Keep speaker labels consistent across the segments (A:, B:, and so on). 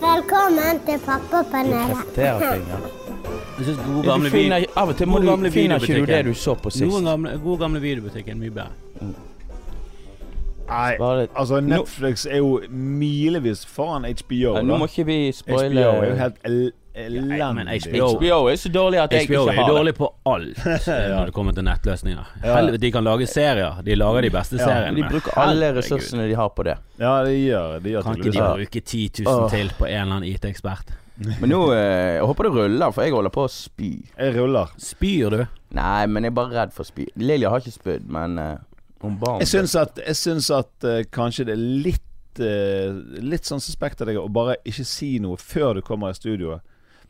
A: Velkommen til pappapanelet.
B: Karakterkringer.
C: Jeg synes gode
B: Du
C: gamle
B: finner,
C: vin-
B: av og til må
C: gode
B: du,
C: gamle
B: finner ikke du det
C: videobutikken.
B: du så på sist.
C: Noen gamle, gode gamle videobutikken, mye bedre.
D: Nei,
E: Bare-
D: altså Netflix er jo milevis foran HBO.
E: Nei, nå må
D: da.
E: ikke vi
D: HBO er jo
E: spoile
D: helt el- elendig.
C: men HBO
E: HBO er så dårlig at jeg
C: HBO
E: ikke
C: er
E: har det.
C: dårlig på alt eh, når det kommer til nettløsninger. Helvete, de kan lage serier. De lager de beste
D: Ja,
C: seriene.
E: De
C: men
E: bruker alle
C: herregud,
E: ressursene de har på det.
D: Ja, de gjør de gjør
C: Kan ikke
D: tydeligvis
C: de
D: det.
C: bruke 10 000
E: Åh.
C: til på en eller annen IT-ekspert?
E: Men nå eh, jeg håper det ruller, for jeg holder på å spy.
D: Jeg ruller.
C: Spyr du?
E: Nei, men jeg er bare redd for spy. Lilja har ikke spydd, men eh, hun ba om
D: Jeg
E: det.
D: syns at, jeg syns at eh, kanskje det er litt eh, Litt sånn suspekt av deg å bare ikke si noe før du kommer i studioet.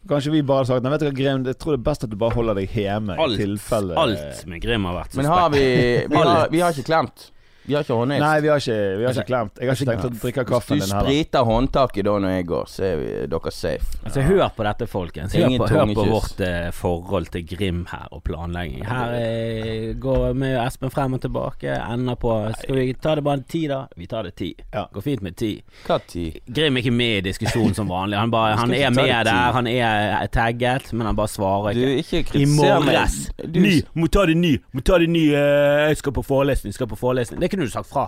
D: Kanskje vi bare har sagt Nei, vet du hva, Grim, jeg tror det er best at du bare holder deg hjemme.
C: Alt,
D: I tilfelle
C: alt med Grim har vært
E: Men har vi Vi har,
C: Alt.
E: vi har ikke klemt. Vi har ikke håndhils.
D: Nei, vi har ikke, vi har ikke klemt. Jeg har ikke tenkt å drikke
E: Altså,
D: kaffen
E: Hvis
D: din
E: du
D: heller.
E: spriter håndtaket da når jeg går, så er vi, dere safe.
C: Altså, hør på dette, folkens. Hør
E: Ingen
C: på, hør på
E: tungekyss.
C: vårt eh, forhold til Grim her og planlegging. Her eh, går vi og Espen frem og tilbake. Ender på Skal vi ta det bare ti, da? Vi tar det ti.
D: Ja.
C: Går fint med ti.
E: Hva tid?
C: Grim er ikke med i diskusjonen som vanlig. Han, bare, han
E: ikke
C: er
E: ta
C: med
E: det ti.
C: der, han er eh, tagget, men han bare svarer
E: Du,
C: ikke.
E: ikke
C: I
E: kritiser meg.
C: morges.
E: Du,
C: Ny! Må ta det ny! Må ta det ny! eh, Jeg skal på forelesning, skal på forelesning. Det kunne du sagt fra.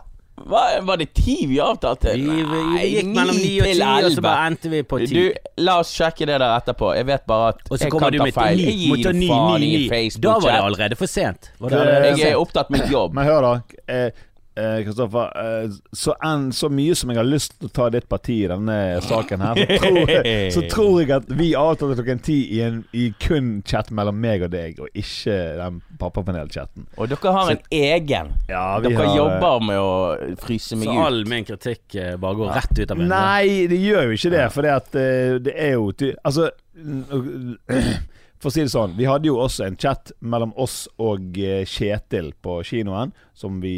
E: hva, var det ti vi avtalte?
C: Vi, vi,
E: Nei,
C: vi gikk mellom ni og ti, og så bare endte vi på ti.
E: Du, la oss sjekke det der etterpå. Jeg vet bare at
C: Og så
E: jeg kan
C: kommer du
E: ta
C: med et
E: feil.
C: ni.
E: Jeg
C: Må ta
E: gir
C: ni,
E: faen
C: ni,
E: i
C: ni. Da var det
E: Facebook-chat.
C: allerede for sent. Var det
D: Det-
C: allerede for
E: Jeg er
C: sent?
E: opptatt med mitt jobb.
D: Men hør, da. eh, eh, Kristoffer. eh, så, enn- så mye som jeg har lyst til å ta ditt parti i denne saken her, så tror jeg, så tror jeg at vi avtalte klokken ti i, en, i kun chat mellom meg og deg, og ikke den pappapanel-chatten.
E: Og dere har en egen.
D: Ja, vi
E: Dere
D: har, eh,
E: jobber med å fryse meg
C: Så
E: ut.
C: all min kritikk eh, bare går rett ut av vinduet?
D: Nei, det gjør jo ikke det, for det, at, eh, det er jo ty Altså For å si det sånn, vi hadde jo også en chat mellom oss og eh, Kjetil på kinoen, som vi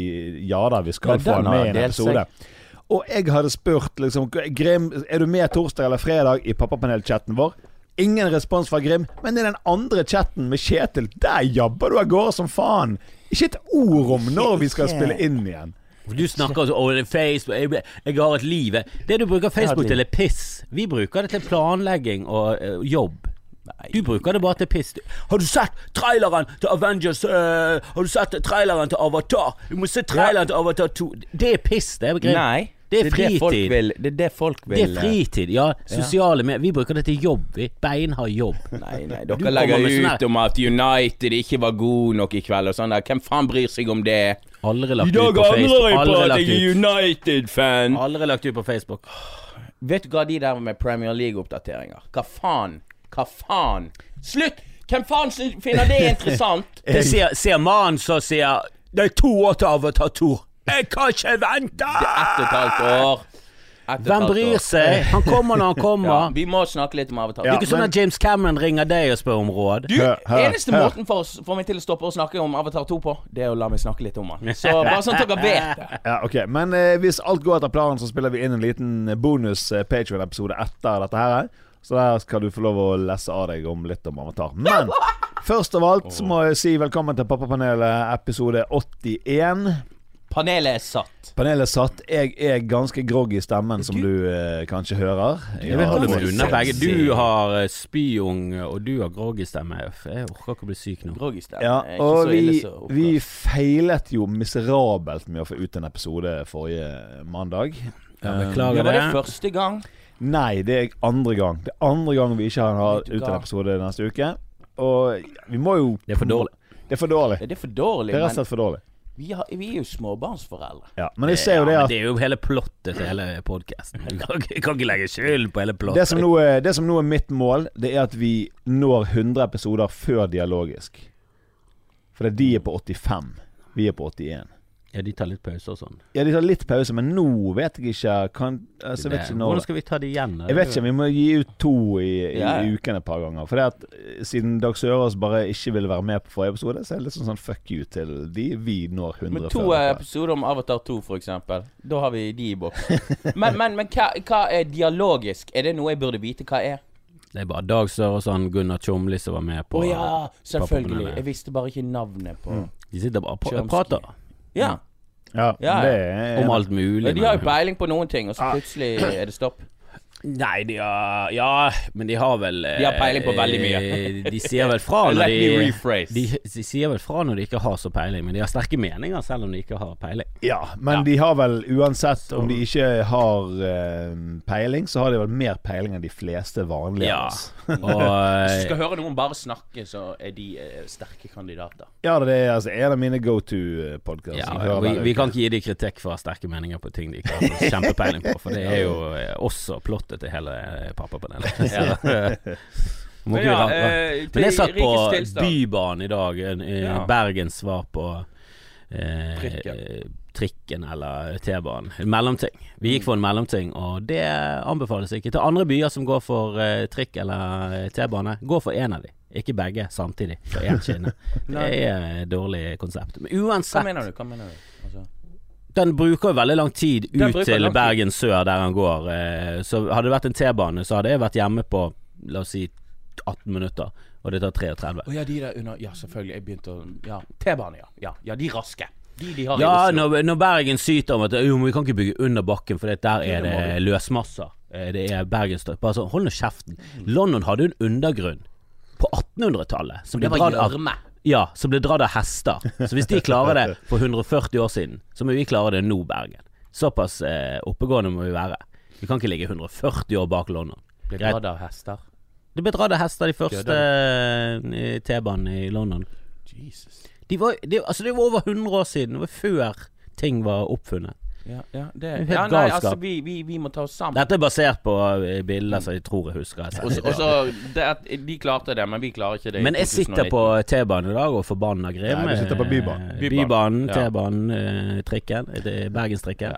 D: Ja da, vi
E: Ja,
D: skal
E: den
D: få han
E: har
D: med i en
E: delt seg.
D: episode. Og jeg hadde spurt liksom Grim, er du med torsdag eller fredag i pappapanel-chatten vår? Ingen respons fra Grim, men i den andre chatten med Kjetil, der jabber du av gårde som faen! Ikke et ord om når vi skal spille inn igjen.
C: For Du snakker altså om Facebook jeg, ble- jeg har et liv jeg- Det du bruker Facebook til, er piss. Vi bruker det til planlegging og eh, jobb. Du bruker det bare til piss. Du- Har du sett traileren til Avengers? eh, har du sett traileren til Avatar? Du må se traileren til Avatar 2. Det er piss, det. er greit.
E: Nei.
C: Det er
E: folk
C: fritid.
E: vil. Det er det folk vil. eh.
C: Det er fritid. Ja, sosiale medier. Vi bruker det til jobb. Vi beinhard jobb.
E: Nei, nei,
C: Du
E: dere
C: kommer
E: legger
C: med sånn
E: ut
C: her-
E: om at United ikke var god nok i kveld og sånn der. Hvem faen bryr seg om det?
C: Aldri lagt ut på Facebook. Aldri lagt ut.
E: United-fan.
C: Aldri lagt ut på Facebook.
E: Vet du hva de der med Premier League-oppdateringer? Hva faen? Hva faen? Slutt! Hvem faen syn- finner det interessant?
C: Det ser, ser mannen som sier Det er to år til Avatar 2. Jeg kan ikke vente!
E: Det er ett og et halvt år. Ett og et
C: Hvem
E: halvt år.
C: bryr seg? Han kommer når han
E: Ja,
C: kommer.
E: vi må snakke litt om Avatar.
C: Det
D: Ja.
C: er ikke sånn
D: men-
C: at James Cameron ringer deg og spør om råd.
E: Du,
D: Hør, hør,
E: eneste
D: hør.
E: måten for, oss- for meg til å stoppe å snakke om Avatar 2 på, det er å la meg snakke litt om han. Så bare sånn at dere vet det.
D: Ja, ok, Men eh, hvis alt går etter planen, så spiller vi inn en liten bonus eh, Patreon-episode etter dette her. Så der skal du få lov å lese av deg om litt om Amatar. Men først av alt så må jeg si velkommen til Pappapanelet episode 81.
E: Panelet er satt.
D: Panelet er satt. Jeg er ganske groggy i stemmen, som du eh, kanskje hører. Jeg
C: Jeg holder
D: har-
C: meg unna begge. Du har eh, spyung, og du har groggy stemme. Jeg orker ikke å bli syk nå.
E: Groggisten.
D: Ja,
E: er ikke
D: og
E: så
D: vi,
E: ille så
D: vi feilet jo miserabelt med å få ut en episode forrige mandag.
C: Jeg
E: Ja,
C: Beklager
E: var
C: det.
E: det første gang?
D: Nei, det er andre gang. Det er andre gang vi ikke har ut en episode neste uke. Og vi må jo
C: Det er for dårlig.
D: Det er for dårlig.
E: Er det for dårlig?
D: Det er rett og
E: Men
D: slett for dårlig.
E: vi, har, vi er jo småbarnsforeldre.
D: Ja, men jeg ser jo det
C: Ja, men
D: at
C: det er jo hele plottet til hele podkasten. Jeg kan ikke- jeg kan ikke legge skyld på hele
D: det som,
C: plottet.
D: nå er, det som nå er mitt mål, det er at vi når 100 episoder før dialogisk. For det, de er på 85. Vi er på 81.
C: Ja, de tar litt pause og sånn.
D: Ja, de tar litt pause, men nå vet jeg ikke kan, altså, jeg vet ikke
C: Hvordan
D: når
C: skal vi ta det igjen? da?
D: Jeg vet ikke, vi må gi ut to i, i,
E: Ja, ja.
D: i uken et par ganger. For det at eh, siden Dag Sørås bare ikke ville være med på forrige episode, så er det litt sånn, sånn fuck you til de vi når 100
E: Med to
D: før
E: eh,
D: dere.
E: episoder om Avatar 2, for eksempel. Da har vi de i boks. Men, men, men hva, hva er dialogisk? Er det noe jeg burde vite hva er?
C: Det er bare Dag Sør og sånn Gunnar Tjomli som var med på
E: Å ja, selvfølgelig.
C: pappabananer.
E: Jeg visste bare ikke navnet på
C: De sitter bare og pra-
E: Tjomski.
C: prater
E: Ja.
D: Ja,
E: Ja, ja.
D: det er
C: om alt mulig.
E: De har jo
C: men-
E: peiling på noen ting, og
C: Ah.
E: så plutselig er det stopp.
C: Nei, de har Ja, men de har vel eh,
E: De har peiling på veldig mye.
C: De sier vel fra når
E: Let me
C: de
E: rephrase.
C: de, de sier vel fra når de ikke har så peiling, men de har sterke meninger selv om de ikke har peiling.
D: Ja, men de har vel uansett om de ikke har eh, peiling, så har de vel mer peiling enn de fleste vanlige. av
C: Ja.
D: oss.
E: Hvis
C: Og
E: du
C: eh,
E: skal høre noen bare snakke, så er de eh, sterke kandidater.
D: ja det er altså en av mine go to-podkaster.
C: ja, vi, vi kan ikke gi de kritikk for å ha sterke meninger på ting de ikke har kjempepeiling på, for det er jo eh, også plottet til hele eh, pappapanelet. Så, Må
E: Men
C: bli
E: ja,
C: rart, da.
E: eh, til
C: Men jeg satt på
E: rikets tilstand.
C: Bybanen i dag. en- i
E: Ja.
C: Bergen svar på eh,
E: Trikken.
C: eh, trikken eller T-banen. En mellomting. Vi gikk for en mellomting, og det anbefales ikke. Til andre byer som går for eh, trikk eller eh, T-bane, gå for én av de. Ikke begge samtidig, på én skinne. Det er et dårlig konsept. Men
E: Hva
C: uansett,
E: mener du? Hva mener du? Altså,
C: den bruker jo veldig lang tid
E: Den
C: ut
E: bruker
C: til
E: lang tid.
C: Bergen sør, der han går. eh, Så hadde det vært en T-bane, så hadde jeg vært hjemme på, la oss si, 18 minutter, og det tar 33.
E: Å ja, de der under Ja, selvfølgelig. Jeg begynte å Ja. T-bane, ja. ja. Ja, de raske. De de har i
C: Ja,
E: Oslo.
C: når, når Bergen syter om at jo, men vi kan ikke bygge under bakken, for det- der er
E: det må
C: det løsmasser. Eh, Det er Bergenstøy. Bare sånn, hold nå kjeften. London hadde jo en undergrunn på 1800-tallet som ble
E: Det var
C: dratt av
E: gjørme.
C: ja, som ble dratt av hester. Så hvis de klarer det for 140 år siden, så må vi klare det nå, Bergen. Såpass eh, oppegående må vi være. Vi kan ikke ligge 140 år bak London.
E: Ble
C: Greit.
E: dratt av hester.
C: Det ble dratt av hester, de første eh, T-banene i London.
E: Jesus.
C: De var, de, altså, det var over 100 år siden. Det var før ting var oppfunnet.
E: Ja, ja, det
C: er jo helt
E: ja, nei,
C: galskap.
E: altså, vi, vi, vi må ta oss sammen.
C: Dette er basert på eh, bilder som jeg tror jeg husker. Jeg har
E: Og
C: sett.
E: så- og så det at De klarte det, men vi klarer ikke det. i
C: Men jeg sitter
E: 2019.
C: på T-banen i dag og forbanna Grim.
D: Nei, du sitter på Bybanen.
C: Eh,
E: Bybanen,
C: Bybanen,
E: ja.
C: T-banen, eh, trikken. Det er Bergenstrikken.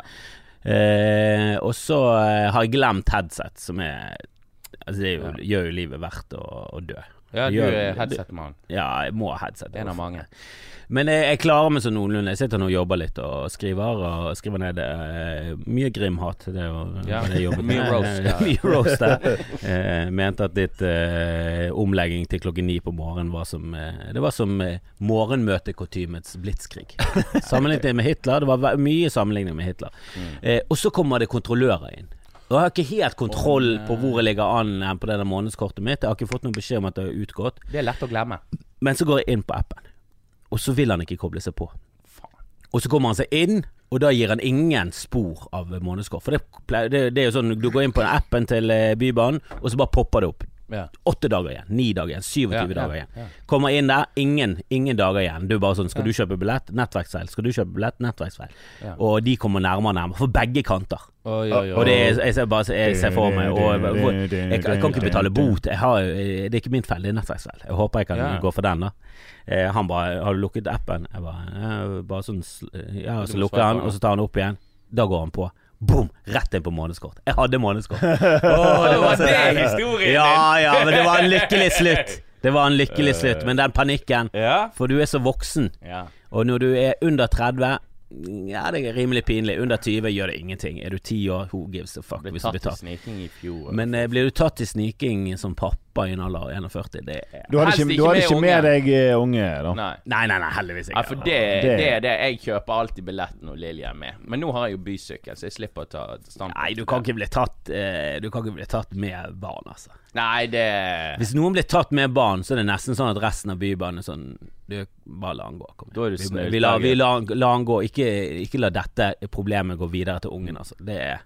C: Eh, og så eh, har jeg glemt headset, som er Altså, det er jo, gjør jo livet verdt å, å dø.
E: Ja, du
C: Gjør-
E: er headsetmann.
C: Ja, jeg må ha headset.
E: En av mange.
C: Men jeg, jeg klarer meg sånn noenlunde. Jeg sitter nå og jobber litt og skriver og skriver ned eh, mye Grim-hat. Det er jo
E: Ja,
C: det jeg jobbet
E: mye
C: med.
E: roast, ja.
C: mye roast der. Eh, mente at ditt eh, omlegging til klokken ni på morgenen var som eh, Det var som eh, morgenmøtekutymets blitskrig. Sammenlignet det med Hitler. Det var ve- mye sammenligning med Hitler.
E: Mm.
C: Eh, og så kommer det kontrollører inn. Og jeg har ikke helt kontroll på hvor jeg ligger an eh, på det der månedskortet mitt. Jeg har ikke fått noen beskjed om at det har utgått.
E: Det er lett å glemme.
C: Men så går jeg inn på appen, og så vil han ikke koble seg på. Og så kommer han seg inn, og da gir han ingen spor av månedskort. For det, pleier- det, det er jo sånn, du går inn på appen til eh, Bybanen, og så bare popper det opp.
E: Ja.
C: Åtte dager igjen, ni dager igjen, 27
E: Ja, ja,
C: dager igjen.
E: ja.
C: Kommer inn der, ingen, ingen dager igjen. Du er bare sånn Skal du kjøpe billett? Nettverksfeil. Skal du kjøpe billett? Nettverksfeil.
E: Ja.
C: Og de kommer nærmere og nærmere, for begge kanter.
E: Oi,
C: Og det er, jeg, ser bare, jeg ser for meg og, jeg, jeg, jeg kan ikke betale bot. Jeg har, eh, det er ikke min feil, det er nettverksfeil. Jeg håper jeg kan
E: Ja.
C: gå for den, da. Eh, han bare 'Har du lukket appen?' Jeg bare, eh, bare sånn, sl- ja,
E: Du
C: Så
E: må
C: lukker
E: svare
C: han,
E: på
C: og
E: det.
C: så tar han opp igjen. Da går han på. Boom! Rett inn på månedskort. Jeg hadde månedskort. Åh,
E: det var
C: så
E: det
C: deilig.
E: historien
C: Ja, ja, men det var en lykkelig slutt. Det var en lykkelig slutt, men den panikken
E: Ja.
C: For du er så voksen.
E: ja.
C: Og når du er under 30 ja, det er rimelig pinlig. Under 20 gjør det ingenting. Er du 10 år, who gives a fuck
E: Ble
C: hvis
E: tatt
C: du blir
E: i
C: tatt.
E: sniking i fjor.
C: Men eh, blir du tatt i sniking som pappa i en alder av 41, det er
D: Du hadde
E: Helst ikke
D: ikke, du hadde
E: med
D: ikke med
E: unge.
D: deg eh, unge, da?
E: Nei.
C: Nei, nei, nei, heldigvis ikke.
E: Ja, for det, det
D: Det-
E: er det. Jeg kjøper alltid billett når Lilja er med. Men nå har jeg jo bysykkel, så jeg slipper å ta standpunkt.
C: Nei, du kan ikke bli tatt eh, Du kan ikke bli tatt med barn, altså.
E: Nei, det
C: Hvis noen blir tatt med barn, så er det nesten sånn at resten av bybanen er sånn Du, bare la han gå. Kom igjen.
E: Da er du
C: Vi-
E: snill,
C: Vi, la, vi
E: Bergen.
C: la, han- la han gå. Ikke, ikke la dette problemet gå videre til ungen, altså. Det er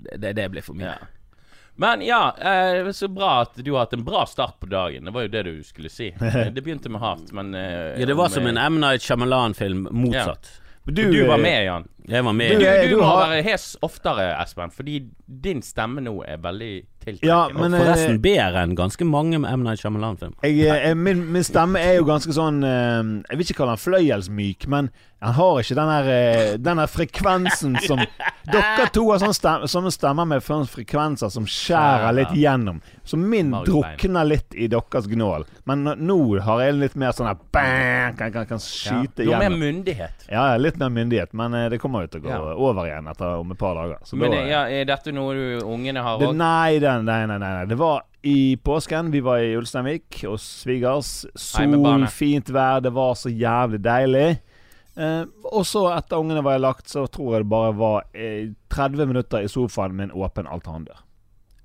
C: det, det blir for mye.
E: Ja. Men ja, eh, så bra at du har hatt en bra start på dagen. Det var jo det du skulle si. Det begynte med hardt, men eh,
C: Ja, det var
E: om,
C: som
E: eh,
C: en M. Night Shyamalan-film motsatt.
E: Du, var
D: eh,
E: med, Jan.
C: Jeg var med.
E: Du,
D: er-
E: du,
D: du
E: må
D: har-
E: være hes oftere, Espen, fordi din stemme nå er veldig tiltrekkende.
D: Ja, men eh,
C: Forresten bedre enn ganske mange M. Night Shyamalan-filmer.
D: jeg, eh, min, min stemme er jo ganske sånn eh, Jeg vil ikke kalle han fløyelsmyk, men han har ikke den her, eh, den her frekvensen som Dere to har sånne stemmer, sånne stemmer med sånne frekvenser som skjærer litt gjennom. Så min
E: Margbein.
D: drukner litt i deres gnål. Men nå- nå har jeg litt mer sånn her bang, kan, kan,
E: Ja.
D: kan skyte
E: Du har mer
D: gjennom.
E: myndighet.
D: Ja, ja, litt mer myndighet, men eh, det kommer jo til å gå
E: Ja.
D: over igjen etter, om et par dager. Så
E: Men
D: da,
E: eh, ja, er dette noe du, ungene har
D: det,
E: òg?
D: nei, den- nei, nei, nei, nei. Det var i påsken. Vi var i Ulsteinvik hos svigers. Sol,
E: Heimebane.
D: fint vær, det var så jævlig deilig. Eh, og så, etter ungene var jeg lagt, så tror jeg det bare var eh, 30 minutter i sofaen med en åpen altandør.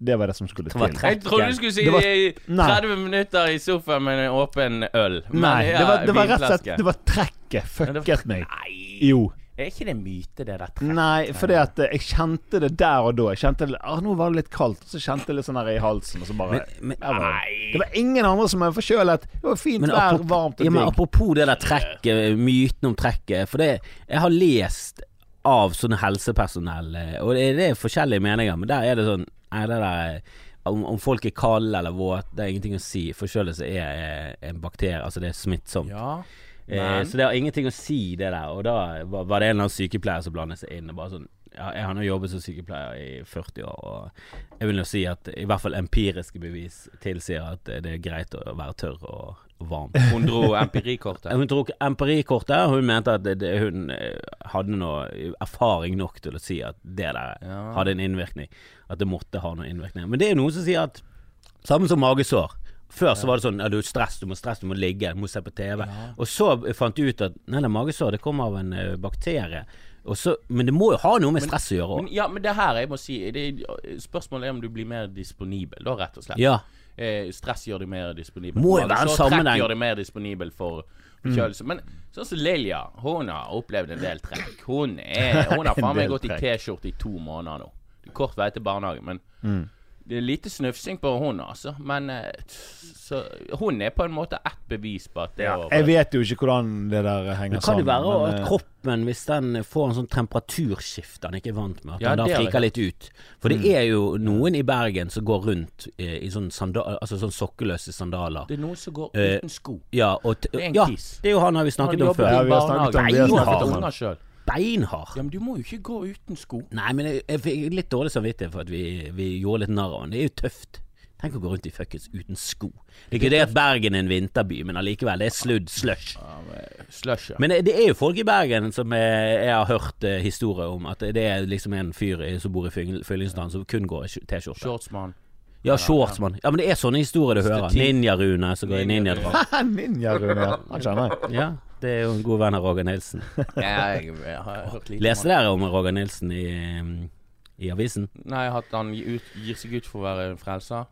D: Det var det som skulle
C: var
D: til.
C: tre-
E: Jeg trodde du skulle si
D: Det var-
E: 30 minutter i sofaen med en åpen øl. Men
D: Nei,
E: ja,
D: det var, det var rett og slett
E: vinflaske.
D: Det var trekket
E: Men det
D: fucket
E: var-
D: meg.
E: Nei.
D: Jo.
E: Er ikke det en myte, det der?
D: Nei, fordi at eh, jeg kjente det der og da. Jeg kjente det, ah, Nå var det litt kaldt, og så kjente jeg litt sånn her i halsen. Og så bare
C: Men- men-
D: Jeg var, Det var ingen andre som var forkjølet. Det var fint
C: Men
D: vær,
C: apropos-
D: varmt og
C: ja, men
D: digg.
C: apropos det der trekket, myten om trekket. For det, jeg har lest av sånne helsepersonell, eh, og det, det er forskjellige meninger, men der er det sånn Nei, det der eh, om, om folk er kalde eller våte, det er ingenting å si. Forkjølelse er eh, en bakterie, altså det er smittsomt.
E: Ja.
C: Eh, så det har ingenting å si, det der. Og da var, var det en eller annen sykepleier som blandet seg inn. Og bare sånn ja, Jeg har nå jobbet som sykepleier i 40 år, og jeg vil nå si at i hvert fall empiriske bevis tilsier at eh, det er greit å være tørr og, og varm.
E: Hun dro empirikortet.
C: Hun tok empirikortet, og hun mente at det, det, hun eh, hadde noe erfaring nok til å si at det der
E: Ja.
C: hadde en innvirkning. At det måtte ha noen innvirkning. Men det er jo noen som sier at Samme som magesår. Før så var det sånn ja, du har stress, du må stress, du må ligge, du må se på TV. Og så fant du ut at nei, det magesår det kommer av en eh, bakterie. Og så, men det må jo ha noe med stress å gjøre
E: Men,
C: òg.
E: ja, men det her jeg må si det, Spørsmålet er om du blir mer disponibel, da, rett og slett.
C: Ja.
E: Eh, stress gjør deg mer disponibel.
C: Må
E: for
C: jo være en
E: magesår. Trekk
C: sammenheng.
E: gjør deg mer disponibel for
D: Mm.
E: forkjølelse. Men sånn som Lilja, hun har opplevd en del trekk. Hun, er, hun har faen
D: En
E: meg
D: del
E: gått i
D: trekk.
E: T-skjorte i to måneder nå. Det er Kort vei til barnehagen, men
D: Mm.
E: det er lite snufsing på hun, altså. Men eh, så, hun er på en måte ett bevis på at det
D: Ja,
E: å-
D: jeg vet jo ikke hvordan det der henger
C: Kan det
E: sånn,
D: sammen.
C: være
D: men,
C: at
D: eh,
C: kroppen, hvis den får en sånn temperaturskift den ikke er vant med, at
E: Ja, det
C: den
E: Mm.
C: da
E: er
C: friker litt ut? For det er jo noen i Bergen som går rundt eh, i sånn, sandal, altså sånn sokkeløse sandaler.
E: Det er noen som går
C: Eh,
E: uten sko.
C: Ja, og t
E: Det er en
C: ja,
E: kiss.
C: det er jo han har vi snakket om
E: jobber
D: Ja,
C: før.
E: i
D: vi har snakket om-
E: barnehage.
D: vi har
E: Hun har fått
D: snakket om
E: unger selv.
C: Beinhard.
E: Ja, men du må jo ikke gå uten sko.
C: Nei, men jeg, jeg fikk litt dårlig samvittighet for at vi, vi gjorde litt narr av han. Det er jo tøft. Tenk å gå rundt i fuckings uten sko. Det er ikke det at Bergen er en vinterby, men allikevel, det er sludd, slush.
E: Slush, ja.
C: Men det er jo folk i Bergen som eh, jeg har hørt eh, historier om, at det er liksom en fyr i- som bor i Fyll- Fyllingsdalen som kun går i skj- T-skjorte.
E: Shortsmann.
C: Ja, shorts, mann. Ja, men det er sånne historier du hører.
E: Stativ.
C: Ninja-Rune som går i ninjadrakt.
D: Ninja eh, Rune, ja. Han kjenner jeg.
C: Ja, det er jo en god venn av Roger Nilsen.
E: Jeg, jeg har hørt lite
C: Leste
E: om han.
C: dere om Roger Nilsen i, mm, i avisen?
E: Nei, at han gir, ut, gir seg ut for å være en frelser.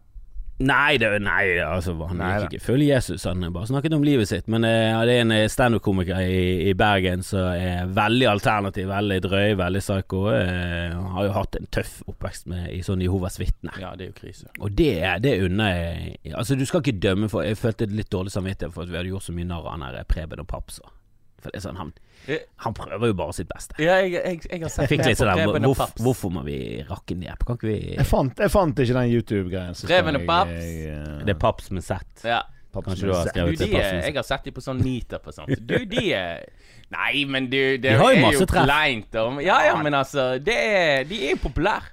C: Nei, det, nei det- altså, han
D: Nei da.
C: gikk ikke full Jesus. Han bare snakket om livet sitt. Men eh, ja, det er en eh, standup-komiker i, i Bergen som er veldig alternativ, veldig drøy, veldig psycho. Eh, han har jo hatt en tøff oppvekst med, i sånn Jehovas vitne.
E: Ja, det er jo krise.
C: Og det, er- det unner jeg Altså, du skal ikke dømme for Jeg følte litt dårlig samvittighet for at vi hadde gjort så mye narr av han der Preben og Papsa. For det er sånn, han,
E: Jeg,
C: han prøver jo bare sitt beste.
E: jeg, jeg, har sett
C: Jeg fikk litt sånn der hvorf, Hvorfor må vi rakke ned? Kan ikke vi
D: Jeg fant, jeg fant ikke den YouTube-greien. så
E: Reven og
D: jeg-
E: Paps.
D: jeg, eh,
C: Det er Paps med Z.
E: Ja.
D: Paps
C: Kanskje du har
D: med-
E: Du,
C: skrevet
E: de
C: til
E: er,
C: Papsen.
E: jeg har sett de på sånn meetup og sånt. Du, de er Nei, men du, det
C: De har jo
E: er
C: masse
E: jo
C: treff.
E: kleint. og- Ja, ja, men altså det er, De er jo populære.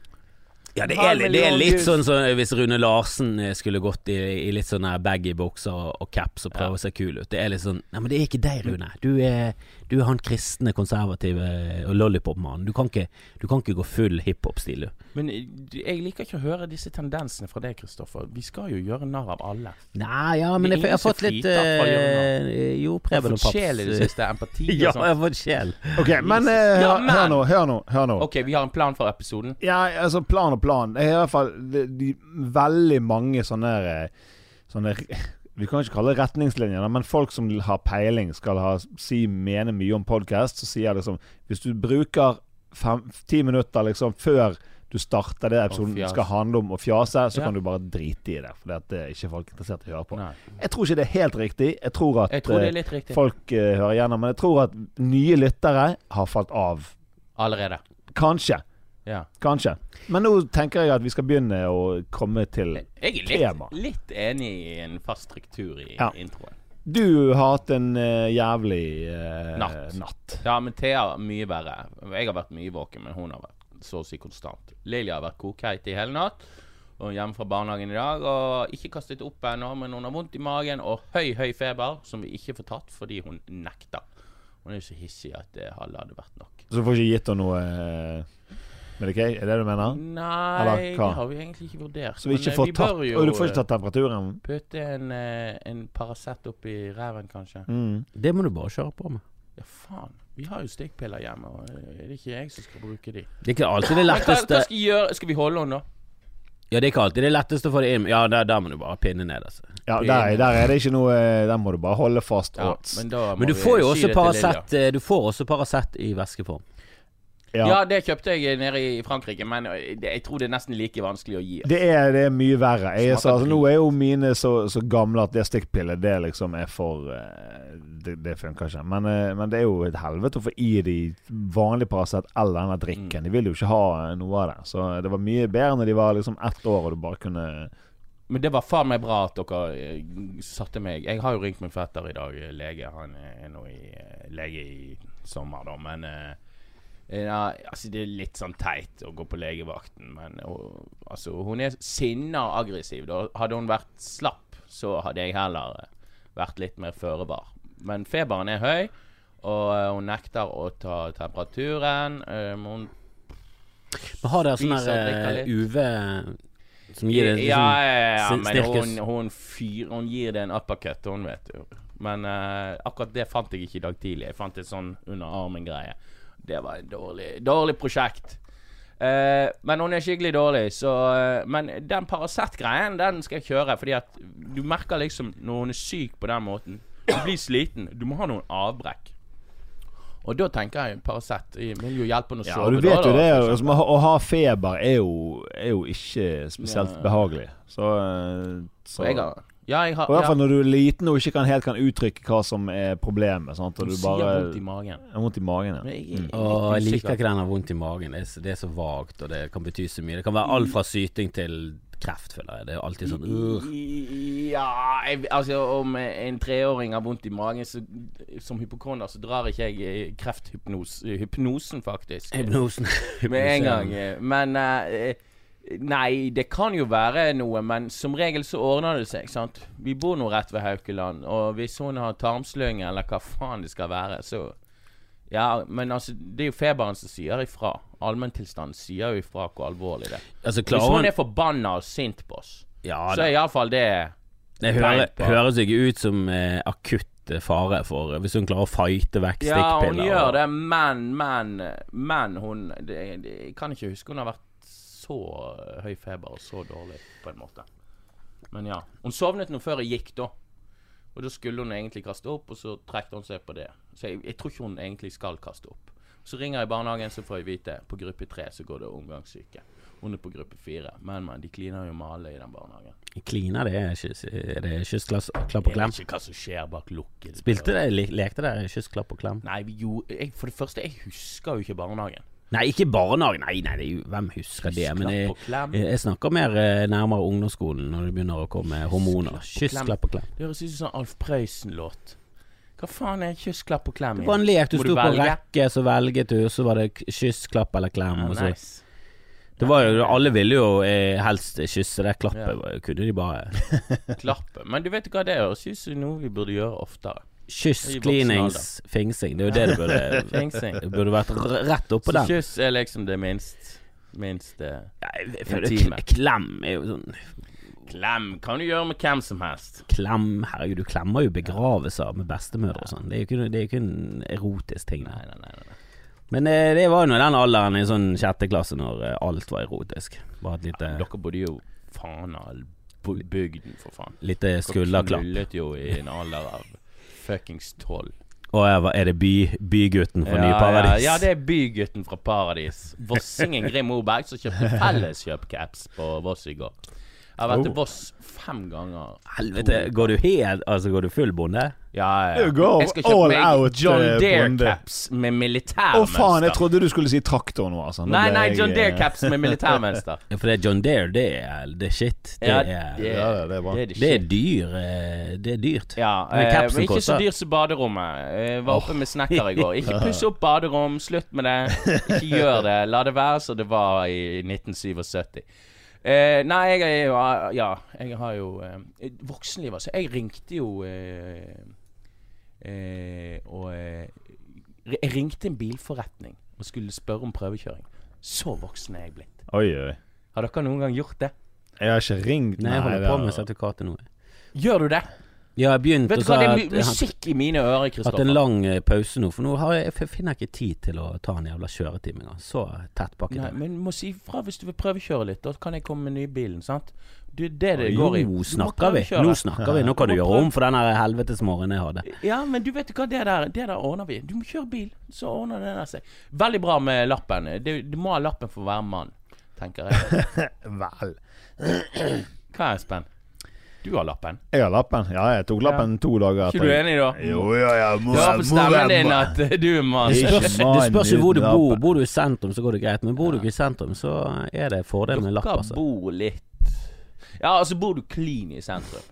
C: Ja, det
E: Halv
C: er, litt- det er
E: million
C: litt
E: views.
C: sånn som hvis Rune Larsen eh, skulle gått i, i litt sånn her baggy bukser og, og caps og prøve å se kul ut. Det er litt sånn Nei, men det er ikke deg, Rune. Du er, du er han kristne, konservative eh, og lollipop-mannen. Du, kan ikke- du kan ikke gå full hiphop-stil, du.
E: Men eh, jeg liker ikke å høre disse tendensene fra deg, Kristoffer. Vi skal jo gjøre narr av alle.
C: Nei, ja, men
E: Det er
C: jeg, jeg har
E: ingen som
C: fått litt
E: fritatt fra
C: eh,
E: Jeg
C: Jo,
E: har
C: Preben og
E: fått sjel i det
C: Paps. eh,
E: siste. Empati og
C: Ja, jeg
E: sånn.
C: har fått sjel.
D: Ok, men eh,
E: Ja,
D: hør,
E: men-
D: hør nå. Hør nå. Hør nå.
E: OK, vi har en plan for episoden.
D: Ja, altså plan og plan. Det er i hvert fall de, de, veldig mange sånne, eh, sånne Vi kan ikke kalle det retningslinjer, da, men folk som har peiling, skal ha, si mene mye om podkast. Så sier jeg liksom Hvis du bruker fem, ti minutter liksom før du starter det episoden
E: fjase.
D: skal handle om å fjase, så
E: Ja.
D: kan du bare drite i det. For det er ikke folk interessert i å høre på.
E: Nei.
D: Jeg tror ikke det er helt riktig. Jeg tror at
E: Jeg tror det
D: eh,
E: er litt riktig.
D: folk eh, hører gjennom. Men jeg tror at nye lyttere har falt av.
E: Allerede.
D: Kanskje.
E: Ja.
D: Kanskje. Men nå tenker jeg at vi skal begynne å komme til
E: Jeg er
D: Tema.
E: litt, litt enig i en fast struktur i
D: Ja.
E: introen.
D: Du har hatt en eh, jævlig eh,
E: Natt. Ja, men Thea er mye verre. Jeg har vært mye våken, men hun har vært så å si konstant. Lilja har vært kokheit i hele natt. Og hjemme fra barnehagen i dag. Og ikke kastet opp ennå, men hun har vondt i magen og høy, høy feber, som vi ikke får tatt fordi hun nekter. Hun er jo så hissig at det halve hadde vært nok.
D: Så du får ikke gitt henne noe eh, Medicaid? Er det det du mener?
E: Nei,
D: Eller
E: det
D: hva?
E: har vi egentlig ikke vurdert.
D: Så vi
E: Men,
D: ikke
E: eh,
D: får tatt
E: bør
D: Og
E: jo
D: du får ikke tatt temperaturen?
E: eh, putte en, eh, en Paracet oppi ræven, kanskje.
D: Mm.
C: Det må du bare kjøre på med.
E: Ja, faen. Vi har jo stikkpiller hjemme, og eh, er det ikke jeg som skal bruke de?
C: Det er ikke alltid det
E: Men hva, hva
C: letteste
E: skal jeg gjøre? Skal vi holde henne, da?
C: Ja, det er ikke alltid det letteste å få det inn. Ja, der, der må du bare pinne ned, altså.
D: Ja, der, der er det ikke noe eh, Der må du bare holde fast.
E: Ja,
D: Ja,
E: men da må
C: Men du
E: vi
C: får
E: si
C: jo også
E: det til Lilja.
C: Paracet eh, Du får også Paracet i væskeform.
D: ja.
E: Ja. det kjøpte jeg nede i Frankrike, men eh, det, jeg tror det er nesten like vanskelig å gi.
D: Det er, det er mye verre. Jeg, sa,
E: Smaker
D: altså, nå er jo mine så, så gamle at det stikkpillet, det liksom er for eh, Det, det funker ikke. Men, eh, men det er jo et helvete å få i de vanlig Paracet eller denne
E: Mm.
D: drikken. De vil jo ikke ha eh, noe av det. Så det var mye bedre når de var liksom ett år og du bare kunne
E: Men det var faen meg bra at dere eh, satte meg Jeg har jo ringt min fetter i dag, eh, lege. Han er nå i, eh, lege i sommer, da, men eh, eh, ja, altså Det er litt sånn teit å gå på legevakten, men og, altså, hun er sinna og aggressiv. Da hadde hun vært slapp, så hadde jeg heller eh, vært litt mer føre var. Men feberen er høy, og eh, hun nekter å ta temperaturen. eh, men hun
C: Men har dere sånn
E: Spiser og
C: her eh,
E: drikker
C: UV som gir
E: Ja,
C: det liksom
E: ja, ja,
C: sin-
E: men
C: snirkes.
E: hun, hun, fyr, hun gir det en uppercut, hun vet jo. Men eh, akkurat det fant jeg ikke i dag tidlig. Jeg fant et sånn under armen-greie. Det var et dårlig, dårlig prosjekt. Eh, men hun er skikkelig dårlig, så eh, Men den Paracet-greien, den skal jeg kjøre, fordi at du merker liksom når hun er syk på den måten Du blir sliten. Du må ha noen avbrekk. Og da tenker jeg Paracet eh, vil jo hjelpe henne å
D: Ja,
E: sove.
D: og du
E: da,
D: vet jo
E: da,
D: det.
E: for
D: Liksom, å, ha- å ha feber er jo, er jo ikke spesielt
E: Ja.
D: behagelig. Så, eh,
E: eksempel.
D: så
E: Og jeg har, ja, jeg har
D: Og i hvert
E: ja,
D: fall når du er liten og ikke kan, helt kan uttrykke hva som er problemet. Sant? Og
E: Hun
D: du
E: sier
D: bare
E: vondt i magen.
D: Ja, vondt i magen. Ja.
E: Men jeg er litt
C: Og jeg liker
E: usikker.
C: ikke den har vondt i magen. Det er, så- det er så vagt, og det kan bety så mye. Det kan være alt fra syting til kreft, føler jeg. Det er jo alltid sånn
E: Mm.
C: uh.
E: Ja jeg, Altså, om en treåring har vondt i magen så, som hypokonder, så drar ikke jeg eh, krefthypnosen, hypnosen, faktisk.
C: Hypnosen.
E: Med en gang. eh, Men eh, Nei, det kan jo være noe, men som regel så ordner det seg, sant. Vi bor nå rett ved Haukeland, og hvis hun har tarmslynge, eller hva faen det skal være, så Ja, men altså, det er jo feberen som sier ifra. Allmenntilstanden sier jo ifra hvor alvorlig det er.
C: Altså,
E: Hvis
C: klarer
E: hun
C: hun
E: er forbanna og sint på oss,
C: Ja,
E: så
C: da.
E: er iallfall det
C: Det hører, høres ikke ut som eh, akutt eh, fare for Hvis hun klarer å fighte vekk
E: Ja, hun
C: stikkpiller.
E: gjør
C: og-
E: det, men, men, men hun det, det, Jeg kan ikke huske hun har vært så øh, høy feber og så dårlig, på en måte. Men ja. Hun sovnet nå før jeg gikk, da. Og da skulle hun egentlig kaste opp, og så trekte hun seg på det. Så jeg, jeg tror ikke hun egentlig skal kaste opp. Så ringer jeg barnehagen, så får jeg vite på gruppe tre så går det omgangssyke. Hun er på gruppe fire. Men, men, de kliner jo med alle i den barnehagen.
C: Klina, det er kyss, er det kyssklass, klapp og
E: Jeg
C: klem.
E: vet ikke hva som skjer bak lukkede
C: Spilte dere, le- lekte dere kyss, klapp og klem?
E: Nei, vi gjorde jeg, For det første, jeg husker jo ikke barnehagen.
C: Nei, ikke barnehage, nei, nei, det er jo, hvem husker det? Men
E: Kyss,
C: jeg,
E: klapp og klem.
C: jeg jeg snakker mer eh, nærmere ungdomsskolen når det begynner å komme hormoner. Kyss,
E: klem.
C: klapp og klem.
E: Det høres ut som sånn Alf Prøysen-låt. Hva faen er kyss, klapp og klem?
C: Det var en lek, du
E: Må
C: sto på
E: velge?
C: rekke, så velget du, så var det k- kyss, klapp eller klem.
E: Ja,
C: og så.
E: nice.
C: Det var jo, alle ville jo eh, helst kysse det klappet,
E: Ja.
C: var- kunne de bare
E: Klappe. Men du vet hva det høres ut som noe vi burde gjøre oftere. I
C: Kyss,
E: voksen
C: klinings, fingsing. Det er jo det det burde
E: Fengsing.
C: Det burde vært r- rett oppå
E: Så
C: den.
E: kyss er liksom det minst Minst eh,
C: Ja, jeg føler
E: Intime.
C: k- Klem er jo sånn
E: Klem kan du gjøre med hvem som helst.
C: Klem, herregud, du klemmer jo begravelser med bestemødre og sånn. Det er jo ikke, noe- det er jo ikke en erotisk ting.
E: Nei,
C: det.
E: nei, nei. nei, nei.
C: Men eh, det var jo nå den alderen i sånn sjette klasse når eh, alt var erotisk. Bare et lite,
E: Dere bodde jo faen av bu- bygden, for faen.
C: lite
E: Dere
C: skulderklapp.
E: knullet jo i en alder av fuckings tolv.
C: Og jeg var, er det by, bygutten fra Nyparadis?
E: Ja, ja, det er bygutten fra Paradis. Vossingen Grim Oberg som kjøpte felleskjøpcaps på Voss i går. Jeg har vært
D: Oh.
E: til Voss fem ganger.
C: Helvete, går du helt Altså, går du full bonde?
E: Ja, ja.
D: You go
E: Jeg skal kjøpe
D: all
E: meg
D: out,
E: John
D: eh, bonde.
E: Dare-caps med
D: Å,
E: militærmønster.
D: faen! Jeg trodde du skulle si traktor nå, altså. Nå
E: Nei,
D: ble
E: nei,
D: jeg,
E: John
D: eh,
E: Dare-caps med militærmønster.
C: Ja, For det er John Dare, det er, det er shit. Det
E: Ja,
C: er,
D: Ja, ja, det er bra.
E: det er det
C: det er
E: shit.
C: dyr. eh, Det er dyrt.
E: Ja,
C: Men
E: eh,
C: kapsen
E: men ikke så
C: koster.
E: dyrt som baderommet. Eh, Jeg var oppe med snekker i går. Ikke puss opp baderom, slutt med det. Ikke gjør det. La det være som det var i 1977. Eh, nei, jeg er jo eh, Ja, jeg har jo eh, voksenliv, altså. Jeg ringte jo eh, eh, Og eh, Jeg ringte en bilforretning og skulle spørre om prøvekjøring. Så voksen er jeg blitt.
D: Oi, oi.
E: Har dere noen gang gjort det?
D: Jeg har ikke ringt
C: Nei, jeg holder
D: det-
C: på med sertifikatet nå.
E: Gjør du det?
C: Ja, jeg har begynt,
E: Vet
C: og
E: du
C: så
E: hva, det
C: har
E: er
C: jeg
E: mu-
C: hatt-
E: musikk i mine ører,
C: hatt en
E: Kristoffer.
C: lang eh, pause nå, for nå har jeg, jeg finner jeg ikke tid til å ta en jævla kjøretiminga. Så tett pakket
E: Nei,
C: er.
E: men du må si ifra hvis du vil prøvekjøre litt. Da kan jeg komme med den nye bilen, sant? Du, det er det det
C: Jo,
E: går i. Du må
C: snakker vi.
E: prøvekjøre.
C: Nå snakker vi. Nå kan
E: Du
C: du
E: må
C: gjøre
E: prøve-
C: om for den her helvetes morgenen jeg hadde.
E: Ja, men du vet hva, det der, det der ordner vi. Du må kjøre bil, så ordner det der seg. Veldig bra med lappen. Du, du må ha lappen for å være mann, tenker jeg.
D: Vel.
E: Hva er Espen? Du har lappen.
D: Jeg har lappen. Ja, jeg tok lappen to dager
E: Ikke du enig, da?
D: Jo, ja, ja. Må,
E: Du har på stemmen din at eh, du er mann.
C: Det
D: Ikke
C: spørs, det spørs jo hvor du
D: mann uten
C: bor.
D: lappen.
C: Bor du i sentrum, så går det greit. Men bor du ikke i sentrum, så er det fordel med lapp.
E: Dere
C: Altså.
E: bor litt Ja, altså, bor du clean i sentrum,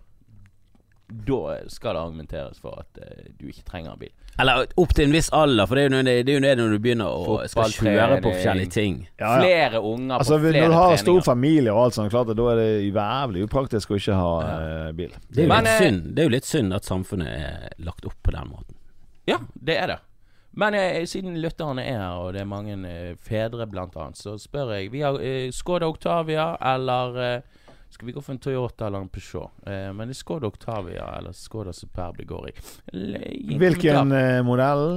E: da skal det argumenteres for at eh, du ikke trenger bil.
C: Eller opp til en viss alder, for det er jo det, det, er jo det når du begynner å skal kjøre på forskjellige ting.
D: Ja, ja.
E: Flere unger på
D: Altså,
E: flere
D: når du har stor
E: treninger.
D: familie og alt sånt, klart, det, da er det jævlig upraktisk å ikke ha eh, bil.
C: Det er, jo
E: Men,
C: litt
E: eh,
C: synd. det er jo litt synd at samfunnet er lagt opp på den måten.
E: Ja, det er det. Men eh, siden lytterne er her, og det er mange eh, fedre blant annet, så spør jeg Vi har eh, Skoda Octavia eller eh, Skal vi gå for en Toyota eller en Peugeot? Eh, men det er Skoda Octavia eller Skoda Superb det går i. L- gi en kommentar.
D: Hvilken eh, modell?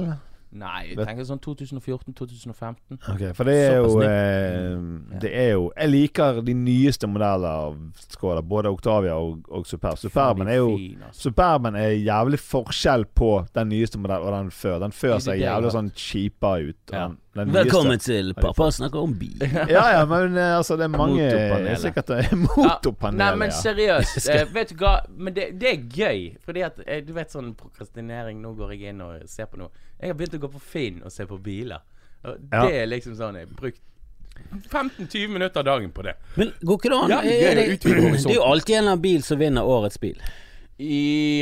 E: Nei, jeg tenker sånn 2014-2015.
D: Ok, For det er jo
E: Såpass Mm.
D: eh, Det er jo Jeg liker de nyeste modeller av Skoda. Både Octavia og, og Superb. Superben er jo
E: Fin, altså.
D: Superben er jævlig forskjell på den nyeste modellen og den før. Den før
E: Det er
D: ser
E: det jeg
D: jævlig
E: har
D: sånn cheapere ut. og
E: Ja.
D: Den, den nyeste-
C: Velkommen til Pappa snakker om bil.
D: Ja, ja, men eh, altså, det er mange
E: Motorpanelet.
D: det er Sikkert eh,
E: Ja,
D: motorpanelet.
E: Nei, men
D: ja.
E: seriøst. eh, vet du hva? Men det, det er gøy. Fordi at eh, du vet sånn prokrastinering. Nå går jeg inn og ser på noe. Jeg har begynt å gå på Finn og se på biler. Og
D: Ja.
E: Det er liksom sånn Jeg har brukt 15-20 minutter av dagen på det.
C: Men går ikke det an?
E: Ja, det er
C: Er
E: jo
C: det,
E: utvide
C: det
E: horisonten.
C: er jo alltid en eller annen bil som vinner årets bil.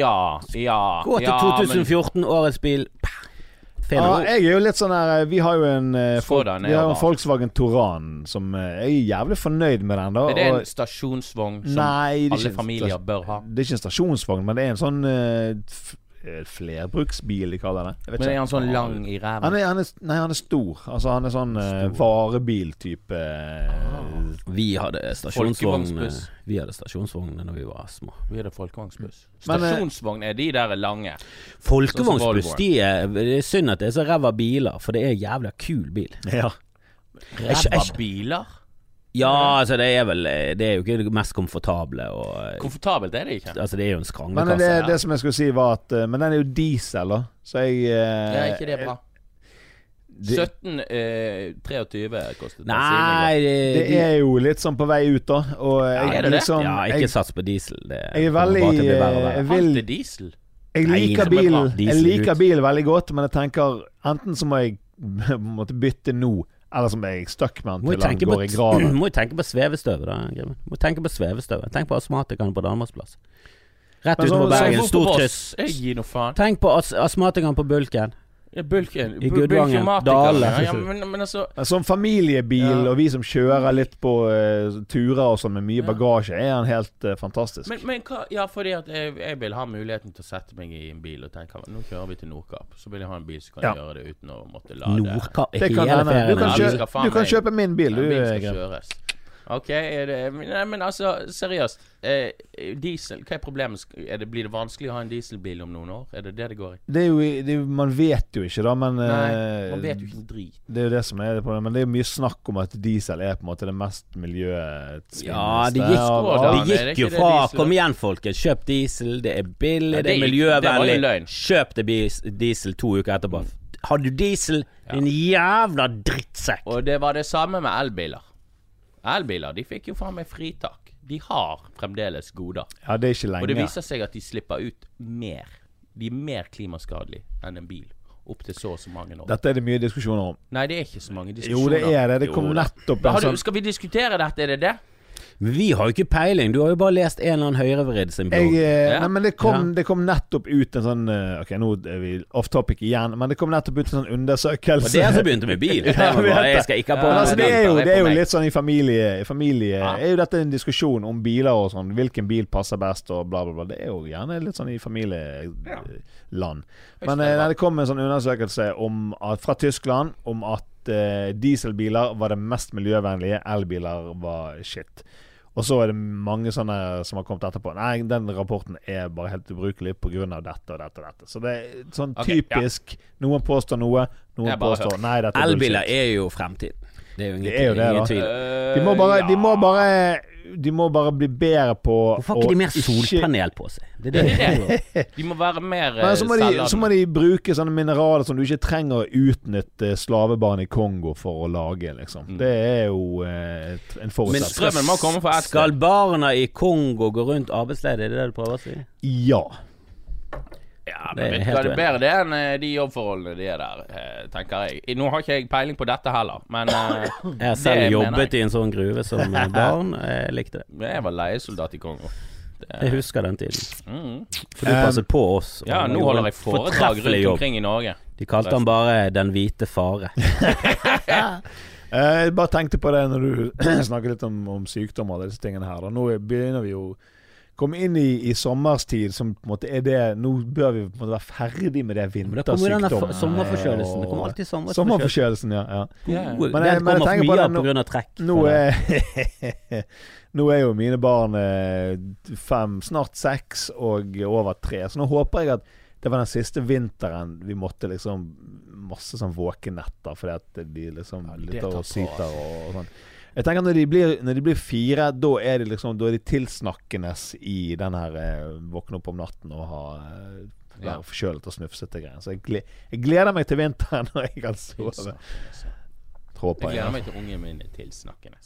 E: Ja, ja
C: Gå til
E: ja,
C: 2014, årets bil.
D: Ja,
C: Finner
D: jeg er jo litt sånn her eh, Vi har jo en, eh,
E: Få
D: Vol-
E: den ned
D: vi har
E: av
D: en
E: banen.
D: Volkswagen Touran som eh, Jeg er jævlig fornøyd med den, da.
E: Men, er det
D: og-
E: en stasjonsvogn som
D: Nei, det er ikke
E: alle
D: en
E: familier
D: stas-
E: bør ha?
D: Det er ikke en stasjonsvogn, men det er en sånn eh, f- eh, flerbruksbil, de kaller det. Jeg vet
E: Men er
D: ikke.
E: han sånn lang i
D: Han
E: ræven?
D: er, han er, nei, han er stor. Altså, han er sånn eh, varebiltype eh,
C: Vi hadde stasjonsvogn
E: Folkevognsbuss.
C: Vi hadde stasjonsvogn da vi var små.
E: Vi er det folkevognsbuss.
D: Men, eh,
E: Stasjonsvogn er de der lange.
C: Folkevognsbuss,
E: Volvoen.
C: de er, det er synd at det er så ræva biler, for det er jævla kul bil.
D: Ja.
C: ikke-
E: Ræva biler?
C: Ja, altså det er vel Det er jo ikke det mest komfortable og eh,
E: Komfortabelt er det ikke.
C: Altså det er jo en
D: Men det,
C: skranglekasse. her.
D: det som jeg skulle si, var at eh, Men den er jo diesel, da. Så jeg eh,
E: Ja, ikke det er bra.
D: det-
E: 17, eh, 23 kostet bensin i går.
C: Nei, det,
D: Det er jo litt sånn på vei ut, da. Og jeg,
E: er det det?
D: liksom,
C: Ja, ikke
D: jeg,
C: sats på diesel. Det
D: jeg er
C: kommer
D: veldig eh,
C: bare til å bli verre og verre.
D: Jeg vil
E: Alt er diesel.
D: Jeg
C: Nei,
D: liker
C: som er bra.
D: bilen Jeg
C: Diesel
D: liker
C: ut.
D: bilen veldig godt, men jeg tenker enten så må jeg på en måte bytte nå, eller så må jeg stuck med
C: Må jo
D: den til
C: tenke
D: den
C: på,
D: går i graven.
C: må jo tenke på svevestøvet, da. Grimmen. Må tenke på svevestøvet. Tenk på astmatikerne på Danmarksplass. Rett
D: Men så-
C: utenfor
D: så
C: Bergen,
E: hvorfor
C: stort
E: Voss?
C: kryss.
E: Jeg gir noe faen.
C: Tenk på as astmatikerne på Bulken.
E: Ja, Bulken.
C: I Gudvangen,
E: Bulkematikeren,
C: Dale.
E: Ja, ja, men, men altså
D: Men Som sånn familiebil,
E: Ja.
D: og vi som kjører litt på eh, turer og sånn med mye bagasje, er han helt eh, fantastisk.
E: men, men hva Ja, fordi at jeg, jeg vil ha muligheten til å sette meg i en bil og tenke nå kjører vi til Nordkapp. Så vil jeg ha en bil som kan
D: Ja.
E: gjøre det uten å måtte lade.
C: Nordkapp
D: det kan
C: hele
D: hende.
C: ferien.
D: Du kan,
E: Ja, vi skal
D: kjøpe,
E: faen
D: du kan
E: meg-
D: kjøpe min bil,
E: Ja,
D: du.
E: bilen
D: Grep.
E: skal kjøres. OK, er det men- Nei, men altså, seriøst. Eh, diesel, hva er problemet? Sk- Er det, blir det vanskelig å ha en dieselbil om noen år? Er det det det går i?
D: Det er jo, det er, jo- man vet jo ikke, da, men
E: Nei, man
D: eh,
E: vet jo ikke en drit.
D: Det er jo det som er det problemet. Men det er jo mye snakk om at diesel er på en måte det mest miljøsvinneste.
C: Ja, det gikk,
D: av-
E: da.
D: av-
E: Ja, men
C: det
E: er det
C: gikk
E: ikke
C: jo
E: det
C: fra
E: diesel, da?
C: Kom igjen, folkens. Kjøp diesel. Det er billig,
E: Ja,
C: det
E: det
C: er
E: gikk- det var jo
C: miljøvennlig.
E: løgn.
C: Kjøp det bis- diesel to uker etterpå. Har du diesel, din jævla drittsekk.
E: Og det var det samme med elbiler. Elbiler de fikk jo faen meg fritak. De har fremdeles goder.
D: Ja, det er ikke
E: Og det
D: lenge.
E: viser seg at de slipper ut mer. De er mer klimaskadelige enn en bil. Opp til så og så mange år.
D: Dette er det mye diskusjoner om.
E: Nei, det er ikke så mange diskusjoner.
D: Jo, det er det. Det kom
E: Jo da.
D: nettopp
E: Har
D: en
E: du,
D: sånn
E: skal vi diskutere dette, er det det?
C: Men vi har jo ikke peiling. Du har jo bare lest en eller annen høyrevridd sin blogg.
D: jeg, eh,
E: Ja.
D: Nei, men det kom, det kom nettopp ut en sånn eh, Ok, nå er vi off topic igjen, men det kom nettopp ut en sånn
C: Og
D: undersøkelse.
C: det er altså som begynte med bil. Jeg,
D: jeg vet
C: bare, jeg
D: det.
C: skal ikke ha
E: Ja,
C: på
D: men
C: meg
D: altså, det
C: bil.
D: er jo,
E: det er
D: det
E: på
D: er jo
E: meg.
D: litt sånn i familie, i familie
E: Ja.
D: Er jo dette en diskusjon om biler og sånn, hvilken bil passer best og bla, bla, bla. Det er jo gjerne litt sånn i familieland. Men eh, nei, det kom en sånn undersøkelse om at, fra Tyskland om at at eh, dieselbiler var det mest miljøvennlige, elbiler var shit. Og så er det mange sånne som har kommet etterpå. Nei, den rapporten er bare helt ubrukelig pga. dette og dette og dette. Så det er sånn
E: Ok,
D: typisk. Noen påstår noe, noen
E: Jeg bare
D: påstår
E: hører.
D: nei, dette er
C: Elbiler
D: bullshit.
C: er jo fremtiden. Det er jo ingen,
D: Det er jo det,
C: ingen
D: da.
C: tvil.
E: Eh,
D: De må bare, de må bare, de må bare bli bedre på
C: Hvorfor har ikke de mer
D: å ikke-
C: solpanel på seg? Det er det
E: Det
C: jeg
E: er
C: lurer på.
E: det. De må være mer eh,
D: Nei, så, må de,
E: selvladende.
D: så må de bruke sånne mineraler som du ikke trenger å utnytte slavebarn i Kongo for å lage, liksom. Det er jo eh, et- en
E: Men
D: forutsetning.
E: strømmen må komme fra et
C: Skal
E: sted.
C: barna i Kongo gå rundt arbeidsledige, er det det du prøver å si?
D: Ja.
E: Ja,
C: Det
E: men
C: er
E: vet du
C: helt
E: hva, det
C: uenig.
E: er bedre det enn eh, de jobbforholdene de er der, eh, tenker jeg. I- Nå har ikke jeg peiling på dette heller, men eh,
C: Jeg har
E: det
C: selv
E: mener
C: jobbet
E: jeg.
C: i en sånn gruve som eh, barn, og jeg likte det.
E: Jeg var leiesoldat i Kongo.
C: Jeg husker den tiden.
E: Mm.
C: For du
D: Um,
C: passet på oss. og
E: Ja, nå
C: gjorde
E: holder
C: en
E: jeg foredrag
C: fortreffelig
E: rundt
C: jobb.
E: omkring i Norge.
C: De kalte han bare 'Den hvite fare'.
D: Eh, Jeg bare tenkte på det når du snakket litt om, om sykdommer og disse tingene her. Da. Nå begynner vi jo komme inn i, i sommerstid, som på en måte er det Nå bør vi på en måte være ferdig med det
C: Men da kommer jo denne
D: vintersykdommen.
C: f- sommerforkjølelsen. Det kommer
D: og-
C: alltid sommerforkjølelse.
D: Sommerforkjølelsen, ja. ja.
C: God, Den
D: Men jeg- men jeg
C: kommer for
D: tenker på
C: mye
D: det
C: av
D: nå-
C: pga. trekk.
D: Nå
C: Så det-
D: er, nå er jo mine barn eh, fem, snart seks og over tre. Så nå håper jeg at det var den siste vinteren vi måtte liksom masse sånn våkenetter fordi at de liksom
E: det
D: lytter
E: tar på,
D: og syter
E: altså.
D: og, og sånn. Jeg tenker når de blir, når de blir fire, da er de liksom Da er de tilsnakkendes i den her eh, våkne opp om natten og ha eh, være
E: Ja.
D: forkjølet og snufsete greier. Så jeg, gle, jeg gleder meg til vinteren når jeg kan sove.
E: Jeg
D: Håper
E: gleder
D: jeg.
E: meg til ungen min er tilsnakkende.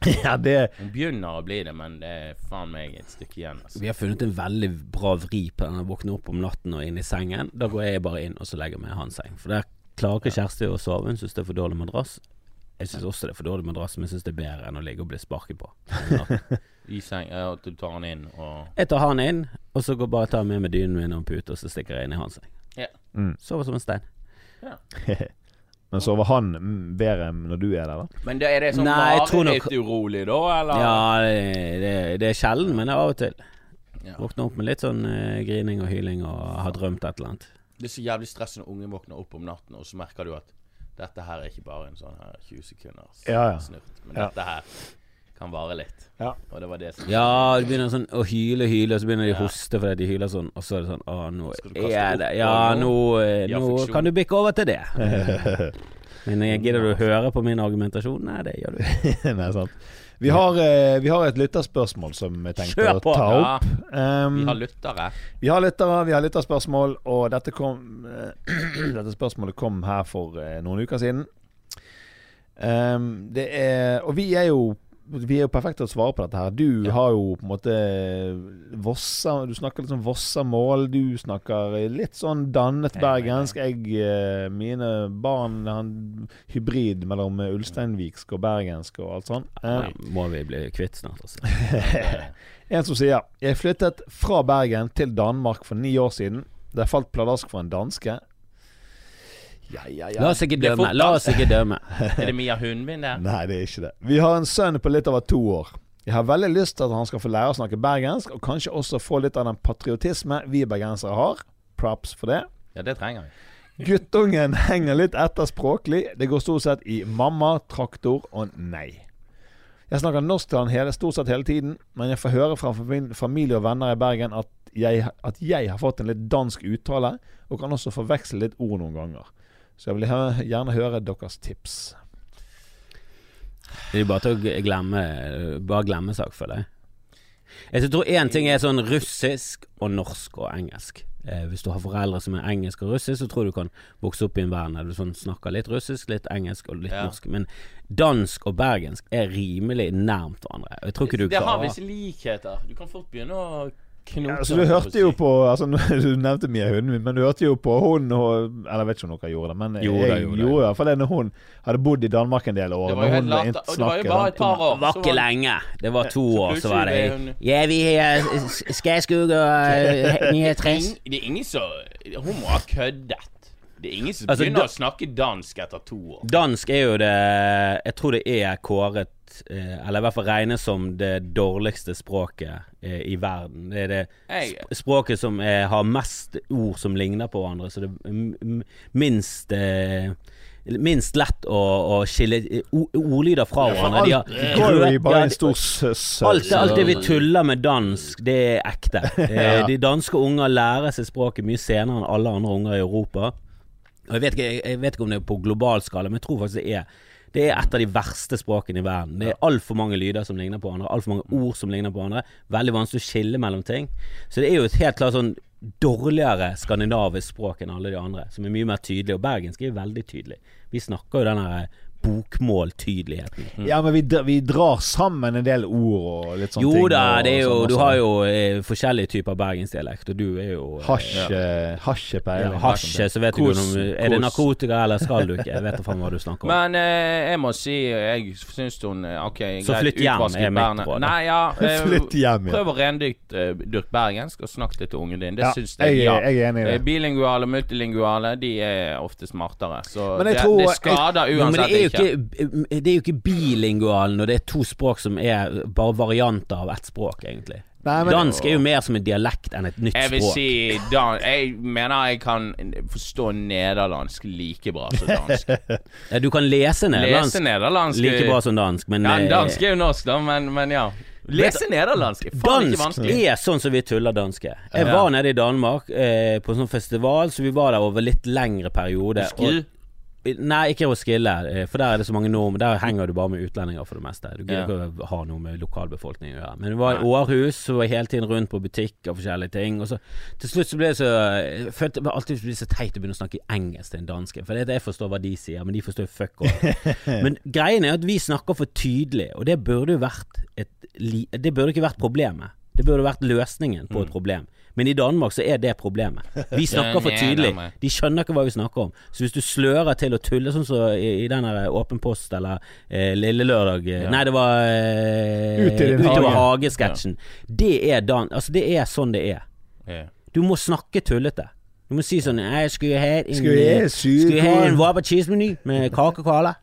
D: Ja, det
E: Hun begynner å bli det, men det er faen meg et stykke igjen. Altså.
C: Vi har funnet en veldig bra vri på den. Jeg våkner opp om natten og inn i sengen. Da går jeg bare inn, og så legger jeg meg i hans seng. For der klarer ikke Kjersti å sove. Hun syns det er for dårlig madrass. Jeg syns også det er for dårlig madrass, men jeg syns det er bedre enn å ligge og bli sparket på.
E: I seng, ja, at du tar den inn og
C: Jeg tar han inn, og så går bare tar jeg med meg dynen min og en pute, og så stikker jeg inn i hans seng.
E: Ja.
D: Mm.
C: Sover som en stein.
D: Men sover han mm, bedre enn når du er der, da?
E: Men da er det sånn
C: Nei, jeg tror nok-
E: mareritturolig, da, eller?
C: Ja, det, det, det er sjelden, men det er av og til.
E: Ja.
C: Våkner opp med litt sånn eh, grining og hyling og har drømt et eller annet.
E: Det er så jævlig stress når ungen våkner opp om natten, og så merker du at dette her er ikke bare en sånn her 20 sekunders
D: Ja, ja.
E: snurt, men
D: Ja.
E: dette her kan vare litt.
D: Ja.
E: Og det var det som
C: Ja, de begynner sånn å hyle, hyle, og så begynner de
E: Ja.
C: å hoste fordi de hyler sånn, og så er det sånn Å, nå
E: Skal du kaste
C: er det
E: opp
C: Ja,
E: på nå?
C: nå, eh,
E: Ja,
C: nå
E: funksjon.
C: kan du bikke over til det. Men jeg gidder du å høre på min argumentasjon? Nei, det gjør du ikke.
D: Nei, sant. Vi har, eh, vi har et lytterspørsmål som jeg tenkte
C: Kjør
D: å
C: på!
D: ta
E: Ja,
D: opp. Um,
E: vi har lyttere.
D: vi har lyttere, vi har lytterspørsmål, og dette, kom, eh, dette spørsmålet kom her for eh, noen uker siden. Um, det er Og vi er jo vi er jo perfekte til å svare på dette her. Du har jo på en måte eh, Vossa Du snakker litt sånn Vossamål. Du snakker litt sånn
E: Hei,
D: dannet
E: hei, hei.
D: bergensk. Jeg, eh, mine barn han, Hybrid mellom eh, ulsteinviksk og bergensk og alt sånt. Eh,
C: Nei, må vi bli kvitt snart, altså.
D: en som sier Jeg flyttet fra Bergen til Danmark for ni år siden. Der falt pladask for en danske. Ja, ja, ja.
C: La oss ikke
E: Det er
C: dømme.
E: fort, altså.
C: La oss ikke dømme.
E: Er det Mia Hundvin der?
D: Nei, det er ikke det. Vi har en sønn på litt over to år. Jeg har veldig lyst til at han skal få lære å snakke bergensk, og kanskje også få litt av den patriotisme vi bergensere har. Props for det.
E: Ja, det trenger vi.
D: Guttungen henger litt etter språklig. Det går stort sett i mamma, traktor og nei. Jeg snakker norsk til han hele, stort sett hele tiden, men jeg får høre fra fami- familie og venner i Bergen at jeg, at jeg har fått en litt dansk uttale, og kan også forveksle litt ord noen ganger. Så jeg vil hø- gjerne høre deres tips.
C: Det er bare til å g- glemme Bare glemme sak, føler jeg. Jeg tror én ting er sånn russisk og norsk og engelsk. Eh, hvis du har foreldre som er engelsk og russisk, så tror jeg du kan vokse opp i en verden der du sånn snakker litt russisk, litt engelsk og litt
E: Ja.
C: norsk. Men dansk og bergensk er rimelig nærmt hverandre. Og Jeg tror ikke du
E: Det har
C: klarer
E: visse likheter. Du kan fort begynne å knote.
D: Ja, så du hørte jo på altså, Du nevnte Mia Hunden min, men du hørte jo på hun og, Eller jeg vet ikke om dere gjorde det, men
C: Jo da,
D: jeg
C: jo da.
D: gjorde i hvert fall det når hun hadde bodd i Danmark en del år.
E: Det var jo
D: når
E: helt
D: hun
E: lata-
D: ikke
E: og det var jo
D: snakket,
E: bare
D: sant?
E: et par år.
C: Det var
E: så
C: ikke lenge. Det var to
E: Så
C: år, så
E: plutselig
C: var det
E: ble hun-
C: Ja, vi er Skærskog og Nyhetstress.
E: Ing- Det er ingen som Hun må ha køddet. Det er ingen som
C: Altså,
E: begynner
C: da-
E: å snakke dansk etter to år.
C: Dansk er jo det Jeg tror det er kåret eh, Eller i hvert fall regnes som det dårligste språket eh, i verden. Det er det
E: Jeg-
C: sp- språket som eh, har mest ord som ligner på hverandre, så det er m- m- minst eh, minst lett å, å skille eh, o- ordlyder fra hverandre. De har-
D: Alt går jo i
C: Ja,
D: bare en
C: de-
D: stor søss.
C: Alt, alt det vi tuller med dansk, det er ekte. Eh, De danske unger lærer seg språket mye senere enn alle andre unger i Europa. Og jeg vet, ikke, jeg- jeg vet ikke om det er på global skala, men jeg tror faktisk det er det er et av de verste språkene i verden. Det er altfor mange lyder som ligner på hverandre. Altfor mange ord som ligner på hverandre. Veldig vanskelig å skille mellom ting. Så det er jo et helt klart sånn dårligere skandinavisk språk enn alle de andre, som er mye mer tydelig. Og bergensk er jo veldig tydelig. Vi snakker jo den her bokmåltydeligheten.
D: Ja, men vi, dr- vi drar sammen en del ord og litt sånne ting.
C: Jo da,
D: og-
C: det er jo,
D: og sånn
C: du
D: også.
C: har jo eh, forskjellige typer bergensdialekt, og du er jo eh,
D: Hasj, eh, hasjepeiling.
C: ja, Hasje, så vet
E: Kos,
C: du ikke om Er det
E: kos.
C: narkotika, eller skal du ikke? Jeg vet da faen hva du snakker om.
E: Men eh, jeg må si jeg syns hun eh, OK,
C: Så flytt hjem,
E: utvasket
C: er mitt
E: bærene.
C: råd.
E: Nei, ja. eh,
D: Flytt hjem igjen.
E: Prøv å rendyrke bergensk, og snakk det til ungen din. Det
D: Ja,
E: syns
D: jeg
E: jeg,
D: er-
E: ja.
D: jeg er enig i det.
E: Eh, Bilinguale, multilinguale, de er ofte smartere. Så
D: Men jeg
E: det,
D: tror-
E: det skader
C: Jo, men det
E: uansett
C: er jo
E: ikke.
C: ikke, det er jo ikke bilingual når det er to språk som er bare varianter av ett språk, egentlig.
D: Nei, men-
C: Dansk er jo mer som en dialekt enn et nytt
E: Jeg vil
C: språk.
E: si dan Jeg mener jeg kan forstå nederlandsk like bra som dansk.
C: Ja, Du kan lese nederlandsk
E: Lese nederlandsk
C: like bra som dansk, men
E: Ja,
C: eh,
E: dansk er jo norsk, da, men, men ja. Lese nederlandsk er faen ikke
C: Dansk
E: vanskelig.
C: er sånn som vi tuller danske. Jeg
E: Ja.
C: var nede i Danmark eh, på en sånn festival, så vi var der over litt lengre periode. og-
E: Skru.
C: Nei, ikke Roskilde, eh, for der er det så mange nordmenn. Der henger du bare med utlendinger for det meste. Du gidder ikke å ha noe med lokalbefolkningen å gjøre. Men det var i Århus, så var jeg hele tiden rundt på butikk og forskjellige ting. Og så til slutt så ble det så Jeg følte meg alltid det ble så teit å begynne å snakke engelsk til en danske. For det, er at jeg forstår hva de sier, men de forstår jo fuck all. men greien er at vi snakker for tydelig, og det burde jo vært et li- Det burde ikke vært problemet. Det burde vært løsningen på et problem. Men i Danmark så er det problemet. Vi snakker for
E: Nei,
C: tydelig.
E: nei, nei.
C: De skjønner ikke hva vi snakker om. Så hvis du slører til å tulle, sånn som i, i den her Åpen post eller eh, Lille lørdag eh, Nei, det var eh,
D: Ut i din
C: Utover
D: hage.
C: hagesketsjen. Det er dan... Altså, det er sånn det er.
E: Ja.
C: Du må snakke tullete. Du må si sånn «Nei, Jeg skulle ha en,
D: Skulle jeg ha syv
C: skulle ha en
D: korn?»
C: Wapa cheese-meny med kake og cola.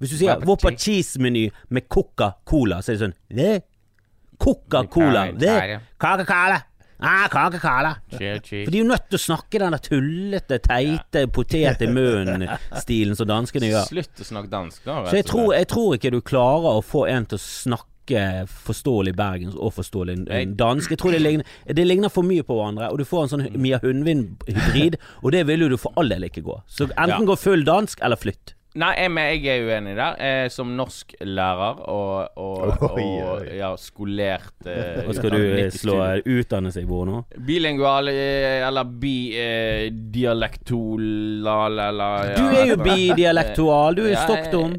C: Hvis du sier
E: Wapa
C: Wapa cheese-meny med Coca-Cola, så er det sånn «Hæ? Coca-Cola.
E: Nei,
C: Det.
E: nei.
C: Kake og cola. Ah, kake og cola.
E: Cheer, cheer.
C: For de er jo nødt til å snakke den der tullete, teite potet i munnen-stilen som danskene gjør.
E: Slutt å snakke dansk, da. rett
C: Så jeg
E: og
C: tror,
E: slett.
C: jeg tror ikke du klarer å få en til å snakke forståelig bergensk og forståelig eh, dansk. Jeg tror det ligner, det ligner for mye på hverandre, og du får en sånn Mia Hundvin-hybrid, og det vil jo du for all del ikke gå. Så enten gå full dansk, eller flytt.
E: Nei, jeg, men jeg er uenig der. Eh, som norsklærer og, og,
D: Oi,
E: og
D: oi.
E: ja, skolert eh,
C: Og skal du
E: utdannet
C: eh,
E: midt i
C: slå
E: studiet.
C: utdanne seg hvor nå?
E: Bilingual eh, eller bidialektolal eller ja,
C: Du er jo
E: hva-
C: bidialektual, du er
E: Ja, jeg-
C: stokkdum.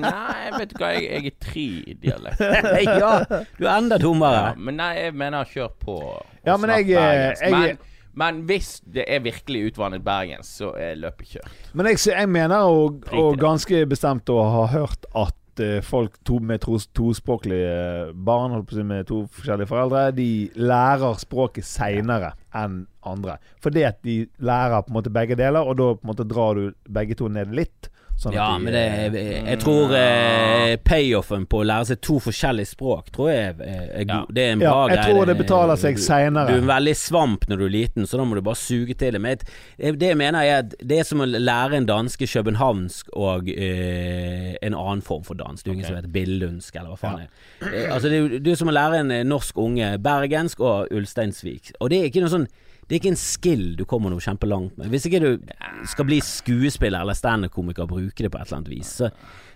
E: Nei, vet du hva, jeg, jeg er tridialekt.
C: Ja, du er enda
E: Ja,
C: dummere.
E: men nei, jeg mener kjør på. og
D: Ja, men
E: snakk
D: jeg-
C: eh,
E: bergensk.
D: jeg-
E: men, men hvis det er virkelig utvannet bergens, så er løpet kjørt.
D: sånn. Men jeg, jeg mener og,
E: Drit i
D: og
E: det.
D: ganske bestemt å ha hørt at eh, folk to, med tros, tospråklige barn holdt på å si med to forskjellige foreldre, de lærer språket seinere enn andre. Fordi at de lærer på en måte begge deler, og da på en måte drar du begge to ned litt. Sånn
C: Ja,
D: at de,
C: men det,
D: eh, mm.
C: jeg, jeg tror eh, payoffen på å lære seg to forskjellige språk tror jeg er, er god. Det er en bra
D: Ja, jeg
C: greie.
D: tror det betaler seg senere.
C: Du er en veldig svamp når du er liten, så da må du bare suge til det. Men jeg- jeg- det jeg mener er at det er som å lære en danske københavnsk og eh, en annen form for dans. Det er jo ingen som heter billundsk, eller hva faen det er. Eh, Altså, det er jo det er som å lære en eh, norsk unge bergensk og ulsteinsvik. Og det er ikke noe sånn det er ikke en skill du kommer noe kjempelangt med. Hvis ikke du skal bli skuespiller eller standup-komiker og bruke det på et eller annet vis, så,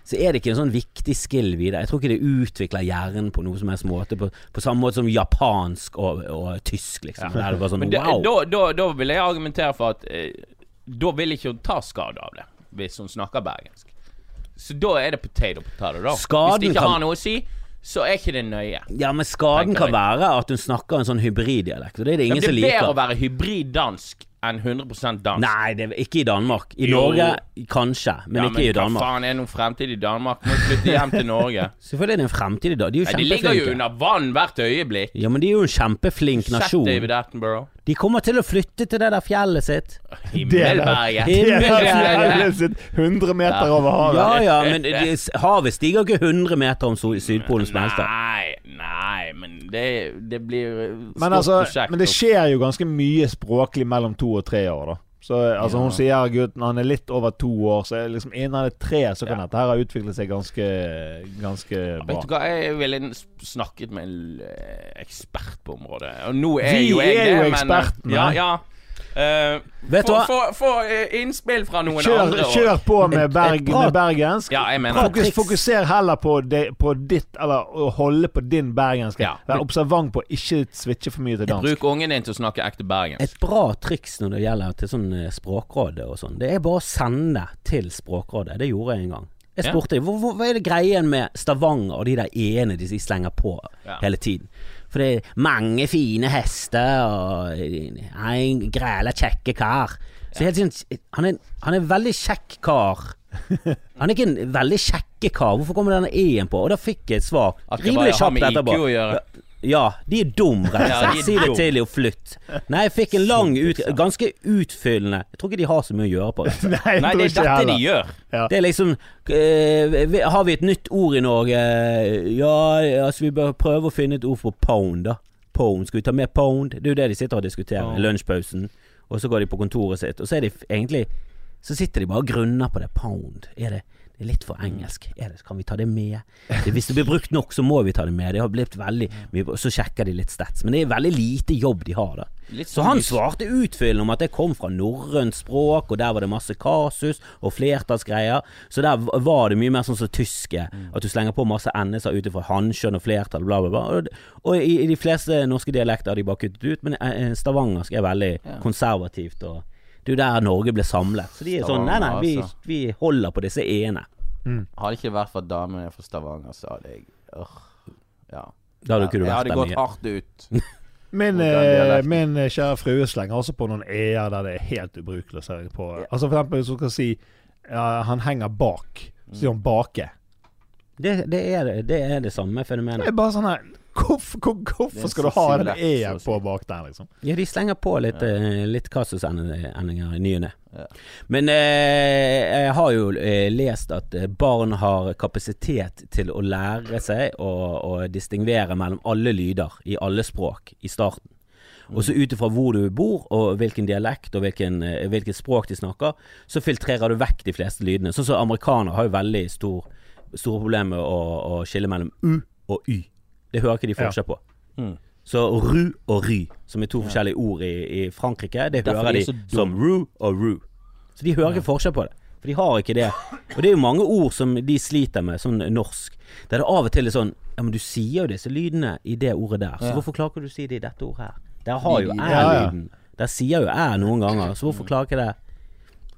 C: så er det ikke en sånn viktig skill videre. Jeg tror ikke det utvikler hjernen på noe som helst måte, på, på samme måte som japansk og, og tysk, liksom. Der er det bare sånn
E: Men da-
C: wow.
E: da, da, da vil jeg argumentere for at eh, da vil ikke hun ta skade av det, hvis hun snakker bergensk. Så da er det potato potato, da.
C: Skaden
E: hvis det ikke
C: kan-
E: har noe å si, så er ikke det nøye.
C: Ja, men skaden
E: Tenker
C: kan
E: jeg.
C: være at hun snakker en sånn hybriddialekt, og det er det
E: Ja,
C: ingen
E: det
C: som
E: er bedre å
C: liker.
E: være hybrid dansk enn 100 dansk.
C: Nei, det er ikke i Danmark. I
E: Jo.
C: Norge kanskje, men
E: Ja,
C: ikke i
E: Men hva
C: Danmark.
E: faen er noen fremtid i Danmark? Må flytte hjem til Norge.
C: Selvfølgelig er det en fremtid i dag. De er jo
E: Nei, de
C: kjempeflinke.
E: ligger jo under vann hvert øyeblikk.
C: Ja, men de er jo en kjempeflink
E: Sett
C: nasjon.
E: David Attenborough.
C: De kommer til å flytte til det der fjellet sitt.
E: Himmelberget.
C: Det er-
D: de har
E: Himmelberget.
D: fjellet sitt 100 meter over havet.
C: Ja ja, men de, havet stiger ikke 100 meter om sol- Sydpolen smelter.
E: Nei, nei, men det, det blir et stort
D: Men, altså,
E: prosjekt.
D: men det skjer jo ganske mye språklig mellom to og tre år, da. Så altså, Hun sier gutten han er litt over to år, så er liksom innen han er tre, så kan dette her ha utviklet seg ganske, ganske bra.
E: Vet du hva, jeg ville n- snakket med en l- eh, ekspert på området. Og nå er
D: Vi
E: jo jeg
D: er
E: det,
D: jo
E: men eh,
D: ekspertene.
E: Ja, ja. Eh,
C: Vet du
E: få,
C: hva?
E: få, få eh, innspill fra noen
D: Kjør,
E: andre. og-
D: kjør på med, berg,
C: bra-
D: med bergensk.
E: Ja, jeg mener det.
D: Fokus, fokuser heller på, det, på ditt Eller å holde på din bergenske.
E: Ja.
D: Vær observant på å ikke switche for mye til dansk.
E: Bruk ungen din til å snakke ekte bergensk.
C: Et bra triks når det gjelder til sånn eh, Språkrådet og sånn, det er bare å sende til Språkrådet. Det gjorde jeg en gang. Jeg
E: Ja.
C: spurte hvor, hvor, hva er det greien med Stavanger og de der e-ene de slenger på
E: Ja.
C: hele tiden. For det er mange fine hester og en græla kjekke kar. Så helt sånn, han, er, han er en veldig kjekk kar. Han er ikke en veldig kjekke kar. Hvorfor kommer denne e-en på? Og da fikk jeg et svar.
E: At det bare har med IQ å gjøre.
C: Ja, de er dum, rett
E: Ja,
C: og
E: de er
C: slett. Si det
E: dum.
C: til dem og flytt. Nei, jeg fikk en lang ut... Ganske utfyllende. Jeg tror ikke de har så mye å gjøre på det.
D: jeg
E: Nei,
D: tror
E: det er
D: ikke
E: dette
D: heller.
E: de gjør.
C: Det er liksom eh, vi- Har vi et nytt ord i Norge? Ja, altså vi bør prøve å finne et ord for pound, da. Pound. Skal vi ta med pound? Det er jo det de sitter og diskuterer i lunsjpausen. Og så går de på kontoret sitt, og så er de f- egentlig Så sitter de bare og grunner på det. Pound. Er det det er litt for
E: Mm.
C: engelsk. Er det, kan vi ta det med? Det, hvis det blir brukt nok, så må vi ta det med. Det har blitt veldig mye, og Så sjekker de litt stats. Men det er veldig lite jobb de har, da.
E: Litt
C: så
E: sånn
C: han
E: lys-
C: svarte utfyllende om at det kom fra norrønt språk, og der var det masse kasus og flertallsgreier. Så der v- var det mye mer sånn som tyske,
E: Mm.
C: at du slenger på masse endelser ut ifra hanskjønn og flertall, bla, bla, bla. Og, og i, i de fleste norske dialekter har de bare kuttet ut, men eh, eh, stavangersk er veldig konservativt. og det er jo der Norge ble samlet. Så de er sånn Nei, nei, vi,
E: Stavanger, altså.
C: vi holder på disse ene.
E: Hadde det ikke vært for damene fra Stavanger, så hadde jeg øh, ja.
C: Da hadde ikke
E: Jeg
C: du vært
E: hadde
C: der
E: gått
C: mye.
E: hardt ut. Hvordan
D: Min, eh,
E: dialekten.
D: min eh, kjære frue slenger også på noen e-er der det er helt ubrukelig å se på. Altså for eksempel hvis hun skal si ja, 'han henger bak', så sier hun 'bake'.
E: Mm.
C: Det, det, er, det- det er det samme
D: Det
C: fenomenet.
D: er bare sånn her Hvorfor, hvor-
E: Det er
D: hvorfor skal du
E: så
D: ha den
E: lett,
D: e-en
E: så
D: på
E: sykt.
D: bak der, liksom?
C: Ja, de slenger på litt, ja. litt kasusendringer i ny og ne.
E: Ja.
C: Men eh, jeg har jo eh, lest at eh, barn har kapasitet til å lære seg å, å distingvere mellom alle lyder i alle språk i starten. Og så ut ifra hvor du bor, og hvilken dialekt og hvilken, eh, hvilket språk de snakker, så filtrerer du vekk de fleste lydene. Sånn som amerikanere har jo veldig stor, store problemer med å, å skille mellom u og y. Det hører ikke de forskjell på.
E: Mm.
C: Så ru og ry, som er to forskjellige ord i, i Frankrike, det
E: Derfor
C: hører
E: de er
C: de,
E: så dumme.
C: som ru og ru. Så de hører ikke forskjell på det. For de har ikke det. Og det er jo mange ord som de sliter med, sånn norsk. Der det av og til er sånn Ja, men du sier jo disse lydene i det ordet der, så hvorfor klarer ikke du å si det i dette ordet her? Der har jo
E: Ja,
D: ja.
C: æ-lyden. Der sier jo æ noen ganger, så hvorfor klarer ikke det?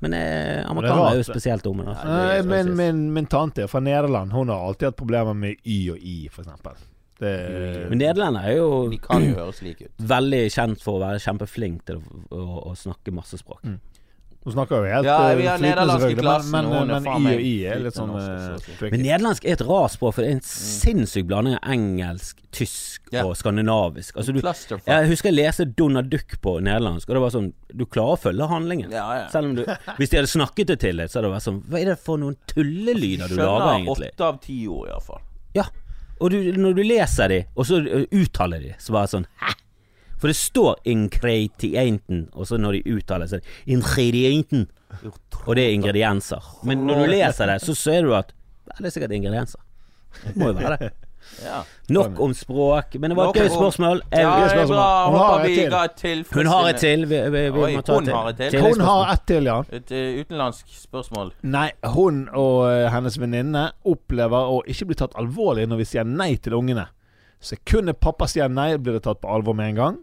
C: Men eh, amerikanere er jo
D: rart, det.
C: spesielt dumme. Altså.
D: Nei,
C: Det er
D: men
C: spesielt.
D: Eh, min, min tante er fra Nederland. Hun har alltid hatt problemer med Y og I, for eksempel. Det,
E: Mm.
C: men nederlender er jo
E: De kan jo høres like ut.
C: veldig kjent for å være kjempeflink til å, å, å snakke masse språk.
D: hun snakker jo helt
E: Ja,
D: eh,
E: vi har
D: flytende,
E: nederlandsk i
D: selvfølgelig,
E: klassen,
D: men, eh,
E: og hun
D: men,
E: er
D: men
E: faen
D: I
E: meg
D: og I er litt
E: flytende
D: sånn
E: norsk, altså, så-
D: eh,
E: så-
C: Men
D: tricky.
C: nederlandsk er et rart språk, for det er en sinnssyk blanding av engelsk, tysk
E: Mm. Ja.
C: og skandinavisk. Altså, du,
E: Clusterfuck.
C: jeg husker jeg leste Donald Duck på nederlandsk, og det var sånn Du klarer å følge handlingen.
E: Ja, ja.
C: Selv om du Hvis de hadde snakket det til deg, så hadde det vært sånn Hva er det for noen tullelyder du
E: Skjønner
C: lager, egentlig?
E: åtte av ti ord, iallfall.
C: Ja. Og du, når du leser de, og så ø, uttaler de, så bare sånn Hæ? For det står 'ingredienten', og så når de uttaler, så er det 'ingredienten'. Og det er ingredienser. Men når du leser det, så ser du at ja, det er sikkert ingredienser. Det må jo være det.
E: Ja.
C: Nok om språk. Men det var et
E: Nok
C: gøy
E: om-
C: spørsmål. Jeg,
E: Ja, det er
D: spørsmål.
E: bra.
D: Hun har
E: Håper
D: et
E: vi
D: til.
E: ga et tilfredsstillende
C: hun har et til. Vi, vi, vi
E: Oi,
C: må ta
E: hun har et til. Hun
D: Hun har ett til, ja.
E: Et eh, utenlandsk spørsmål.
D: Nei, hun og eh, hennes venninne opplever å ikke bli tatt alvorlig når vi sier nei til ungene. Sekundet pappa sier nei, blir det tatt på alvor med en gang.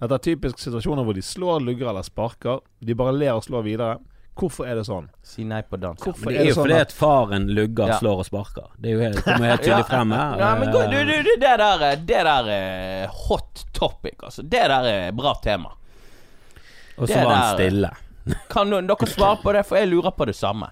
D: Dette er typisk situasjoner hvor de slår, lugger eller sparker. De bare ler og slår videre. Hvorfor er det sånn?
E: Si nei på dansk.
D: Hvorfor
C: Det er jo
D: sånn
C: fordi
D: at-
C: at faren lugger,
E: Ja.
C: slår og sparker. Det er jo helt, kommer helt tydelig frem her.
E: Nei, men gå- du, du, du, det der er Det der er hot topic, altså. Det der er bra tema.
C: Og så
E: det
C: var han
E: der-
C: stille.
E: Kan noen, dere svare på det, for jeg lurer på det samme.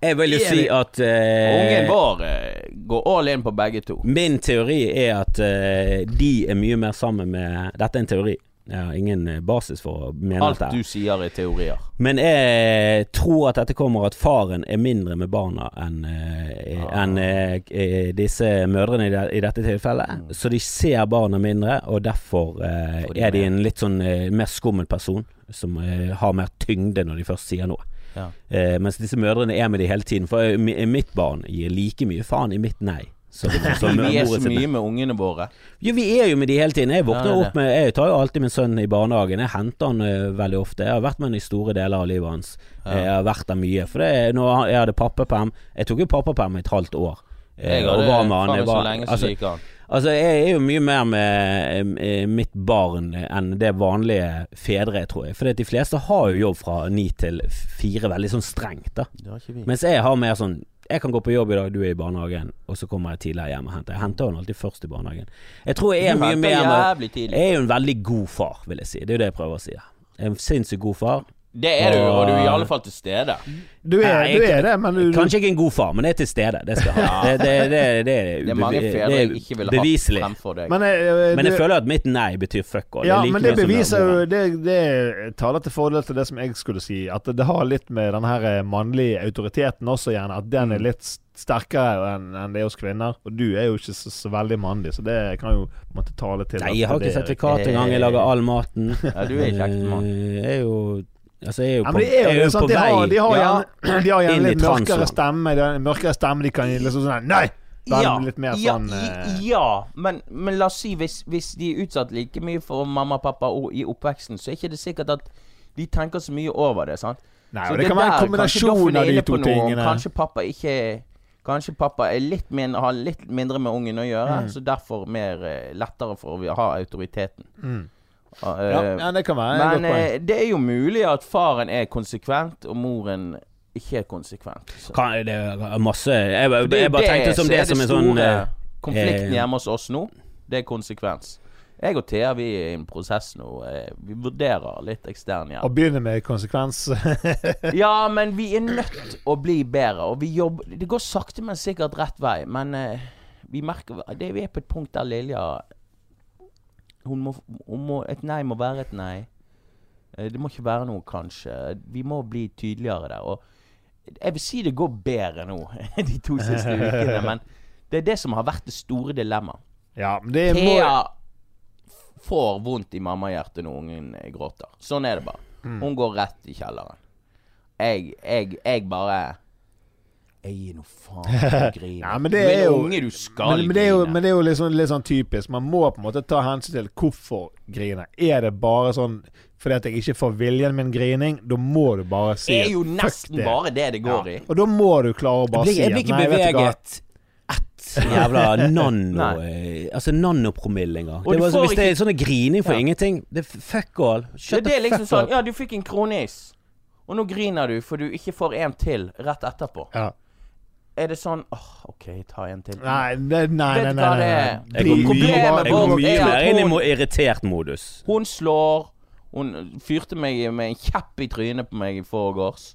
C: Jeg vil jo si at
E: Ungen
C: eh,
E: vår eh, går all in på begge to.
C: Min teori er at eh, de er mye mer sammen med Dette er en teori. Jeg har ingen eh, basis for å mene
E: Alt
C: dette. her.
E: du sier er teorier.
C: Men jeg tror at dette kommer at faren er mindre med barna enn eh,
E: Ah.
C: enn, eh, eh, disse mødrene i, det, i dette tilfellet. Så de ser barna mindre, og derfor eh,
E: Mm. Får de
C: er de
E: mer.
C: en litt sånn eh, mer skummel person. som eh, har mer tyngde når de først sier noe.
E: Ja.
C: Eh, mens disse mødrene er med de hele tiden. For eh, mi- mitt barn gir like mye faen i mitt nei. Som, som
E: Vi er
C: moren
E: så
C: sin.
E: mye med ungene våre.
C: Jo, vi er jo med de hele tiden. Jeg
E: Ja, det
C: våkner
E: er
C: opp med Jeg tar jo alltid min sønn i barnehagen. Jeg henter han eh, veldig ofte. Jeg har vært med han i store deler av livet hans. Jeg har vært der mye. For det, er- når han- jeg hadde pappaperm Jeg tok jo pappaperm i et halvt år. eh,
E: Jeg hadde
C: og var med han.
E: faen
C: Jeg
E: meg så
C: var-
E: lenge
C: altså,
E: som liker han.
C: Altså, jeg er jo mye mer med eh, mitt barn enn det vanlige fedre, tror jeg. For de fleste har jo jobb fra ni til fire, veldig sånn strengt, da.
E: Det har ikke vi.
C: Mens jeg har mer sånn jeg kan gå på jobb i dag, du er i barnehagen, og så kommer jeg tidligere hjem og henter. Jeg henter henne alltid først i barnehagen. Jeg tror jeg er
E: Du
C: mye
E: henter
C: mer med
E: jævlig tidlig.
C: Jeg er jo en veldig god far, vil jeg si. Det er jo det jeg prøver å si. Jeg er en sinnssykt god far.
E: Det er du, og du er i alle fall til stede.
D: Du er,
C: Nei,
D: du
C: jeg-
D: er det, men du, du
C: Kanskje ikke en god far, men jeg er til stede. Det skal jeg ha. Det, det, det, det, er
E: Det er mange
C: ubevi-
E: fedre
C: det er
E: jeg ikke ville hatt
C: beviselig.
E: fremfor deg.
D: men, eh,
C: Men jeg
D: du-
C: føler at mitt nei betyr fuck all.
D: Ja,
C: er like
D: men det
C: mye som
D: beviser
C: ordet.
D: jo det, det taler til fordel til det som jeg skulle si. At det har litt med den her eh, mannlige autoriteten også, gjerne. At den
C: Mm.
D: er litt s- sterkere enn enn det er hos kvinner. Og du er jo ikke så, så veldig mannlig, så det kan jo måtte tale til.
C: Nei,
D: at
C: jeg har
D: det
C: ikke
D: er riktig.
C: sertifikat engang. Jeg lager all maten.
E: Eh, Ja, du er ikke ekte mann.
C: Eh, Jeg er jo Altså, jeg er jo
D: ja,
C: på,
D: men det er
C: jeg
D: jo
C: er
D: det,
C: jo
D: sant?
C: på
D: De har, de
C: vei
D: har
E: Ja.
D: gjerne, de har
C: Inn
D: gjerne
C: i
D: litt mørkere
C: transland.
D: stemme. De har en mørkere stemme, de kan liksom sånn her, Nei! Da er de litt mer
E: ja,
D: sånn eh,
E: i- ja. Men, men la oss si hvis, hvis de er utsatt like mye for mamma og pappa og, i oppveksten, så er ikke det sikkert at de tenker så mye over det. sant?
D: Nei,
E: så
D: og det kan være en
E: der, kanskje
D: kombinasjon
E: Doffen er
D: av de
E: inne på
D: to
E: noe om
D: tingene.
E: Kanskje pappa ikke Kanskje pappa er litt min, har litt mindre med ungen å gjøre,
D: Mm.
E: så derfor mer eh, lettere for å ha autoriteten.
D: Mm.
E: Ah, eh,
D: ja, ja, det kan være et
E: men
D: godt poeng.
E: eh, det er jo mulig at faren er konsekvent, og moren ikke er konsekvent. Så.
C: kan, Det er masse Jeg, jeg,
E: Det er jo
C: bare tenkte
E: det
C: som
E: som
C: det
E: er
C: som
E: det
C: en sånn
E: store.
C: eh,
E: Konflikten
C: eh,
E: hjemme hos oss nå, det er konsekvens. Jeg og Thea vi er i en prosess nå. eh, Vi vurderer litt ekstern
D: Å
E: hjelp.
D: begynne med konsekvens.
E: Ja, men vi er nødt å bli bedre. Og vi jobber Det går sakte, men sikkert rett vei. Men eh, vi merker det, Vi er på et punkt der Lilja hun må, hun må, Et nei må være et nei. Eh, Det må ikke være noe kanskje. Vi må bli tydeligere der. Og jeg vil si det går bedre nå, de to siste ukene. Men det er det som har vært det store dilemmaet.
D: ja, men det må
E: Thea får vondt i mammahjertet når ungen eh, gråter. Sånn er det bare. Hun går rett i kjelleren. Jeg, jeg, jeg bare Jeg gir nå faen i griner.
D: Nei, men det er jo-
E: unge, du skal
D: Men, men det er jo,
E: grine.
D: men det er jo litt sånn- litt sånn typisk. Man må på en måte ta hensyn til hvorfor griner. Er det bare sånn fordi at jeg ikke får viljen min grining, da må du bare si
E: det er jo
D: fuck
E: nesten
D: det.
E: bare det det går i.
D: Og da må du klare å bare
C: Jeg blir-
D: si
C: jeg blir ikke beveget ett jævla nano
E: Nei.
C: eh, Altså nanopromille engang.
E: Og
C: Det
E: du
C: var
E: får
C: sånn, hvis det
E: ikke-
C: er sånn grining for
E: Ja.
C: ingenting Det er fuck all.
E: Det,
C: Shut
E: det er
C: the
E: liksom
C: fuck
E: sånn
C: up.
E: Ja, du fikk en kronis, og nå griner du for du ikke får en til rett etterpå.
D: ja.
E: Er det sånn åh, OK, ta en til.
D: Nei, det, nei,
E: Vet
D: nei, nei,
E: du hva
D: nei,
E: det
D: nei.
E: er?
C: Jeg
D: Bli-
C: går
E: Problemet
C: mye, jeg går
E: vårt
C: mye
E: er at
C: mer inn i
E: hun-
C: mo- irritert modus.
E: Hun slår. Hun fyrte meg med en kjepp i trynet på meg i forgårs.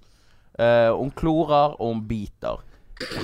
E: Eh, hun klorer, og hun biter.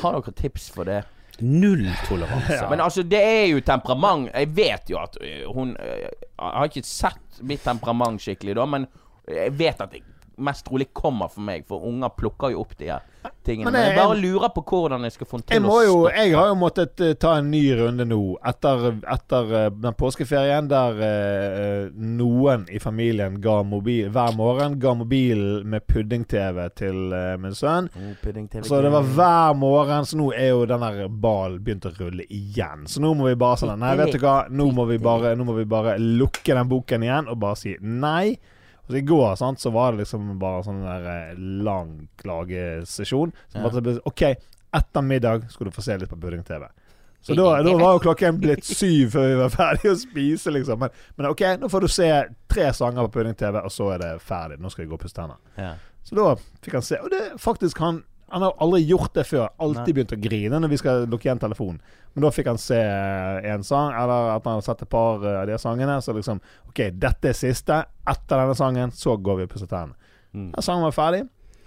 E: Har dere tips for det?
C: Null toleranse.
E: Men altså, det er jo temperament. Jeg vet jo at eh, hun eh, Jeg har ikke sett mitt temperament skikkelig da, men jeg vet at det mest trolig kommer for meg, for unger plukker jo opp de her tingene.
D: Men
E: Men jeg
D: jeg-
E: bare lurer på hvordan jeg skal få den
D: Jeg
E: til
D: må
E: å
D: jo
E: stoppe.
D: Jeg har jo måttet eh, ta en ny runde nå, etter, etter eh, den påskeferien der eh, eh, noen i familien ga mobil hver morgen ga mobilen med pudding-TV til eh, min sønn.
E: Oh, pudding TV.
D: Så det var hver morgen, så nå er jo den der ballen begynt å rulle igjen. Så nå må vi bare sånn Nei, vet du hva, nå må vi bare, nå må vi bare lukke den boken igjen og bare si nei. Og så I går sant, så var det liksom bare sånn der eh, lang klagesesjon. Så bare, ble- sånn, OK, etter middag skal du få se litt på pudding-TV. Så da, da var jo klokken blitt syv før vi var ferdige å spise, liksom. Men, men OK, nå får du se tre sanger på pudding-TV, og så er det ferdig. Nå skal jeg gå og pusse tenner.
E: Ja.
D: Så da fikk han se. Og det faktisk han han har aldri gjort det før. Alltid begynt å grine når vi skal lukke igjen telefonen. Men da fikk han se en sang, eller at han hadde sett et par eh, av de sangene. Så liksom OK, dette er siste. Etter denne sangen, så går vi og pusser tennene.
E: Mm.
D: Da sangen var ferdig,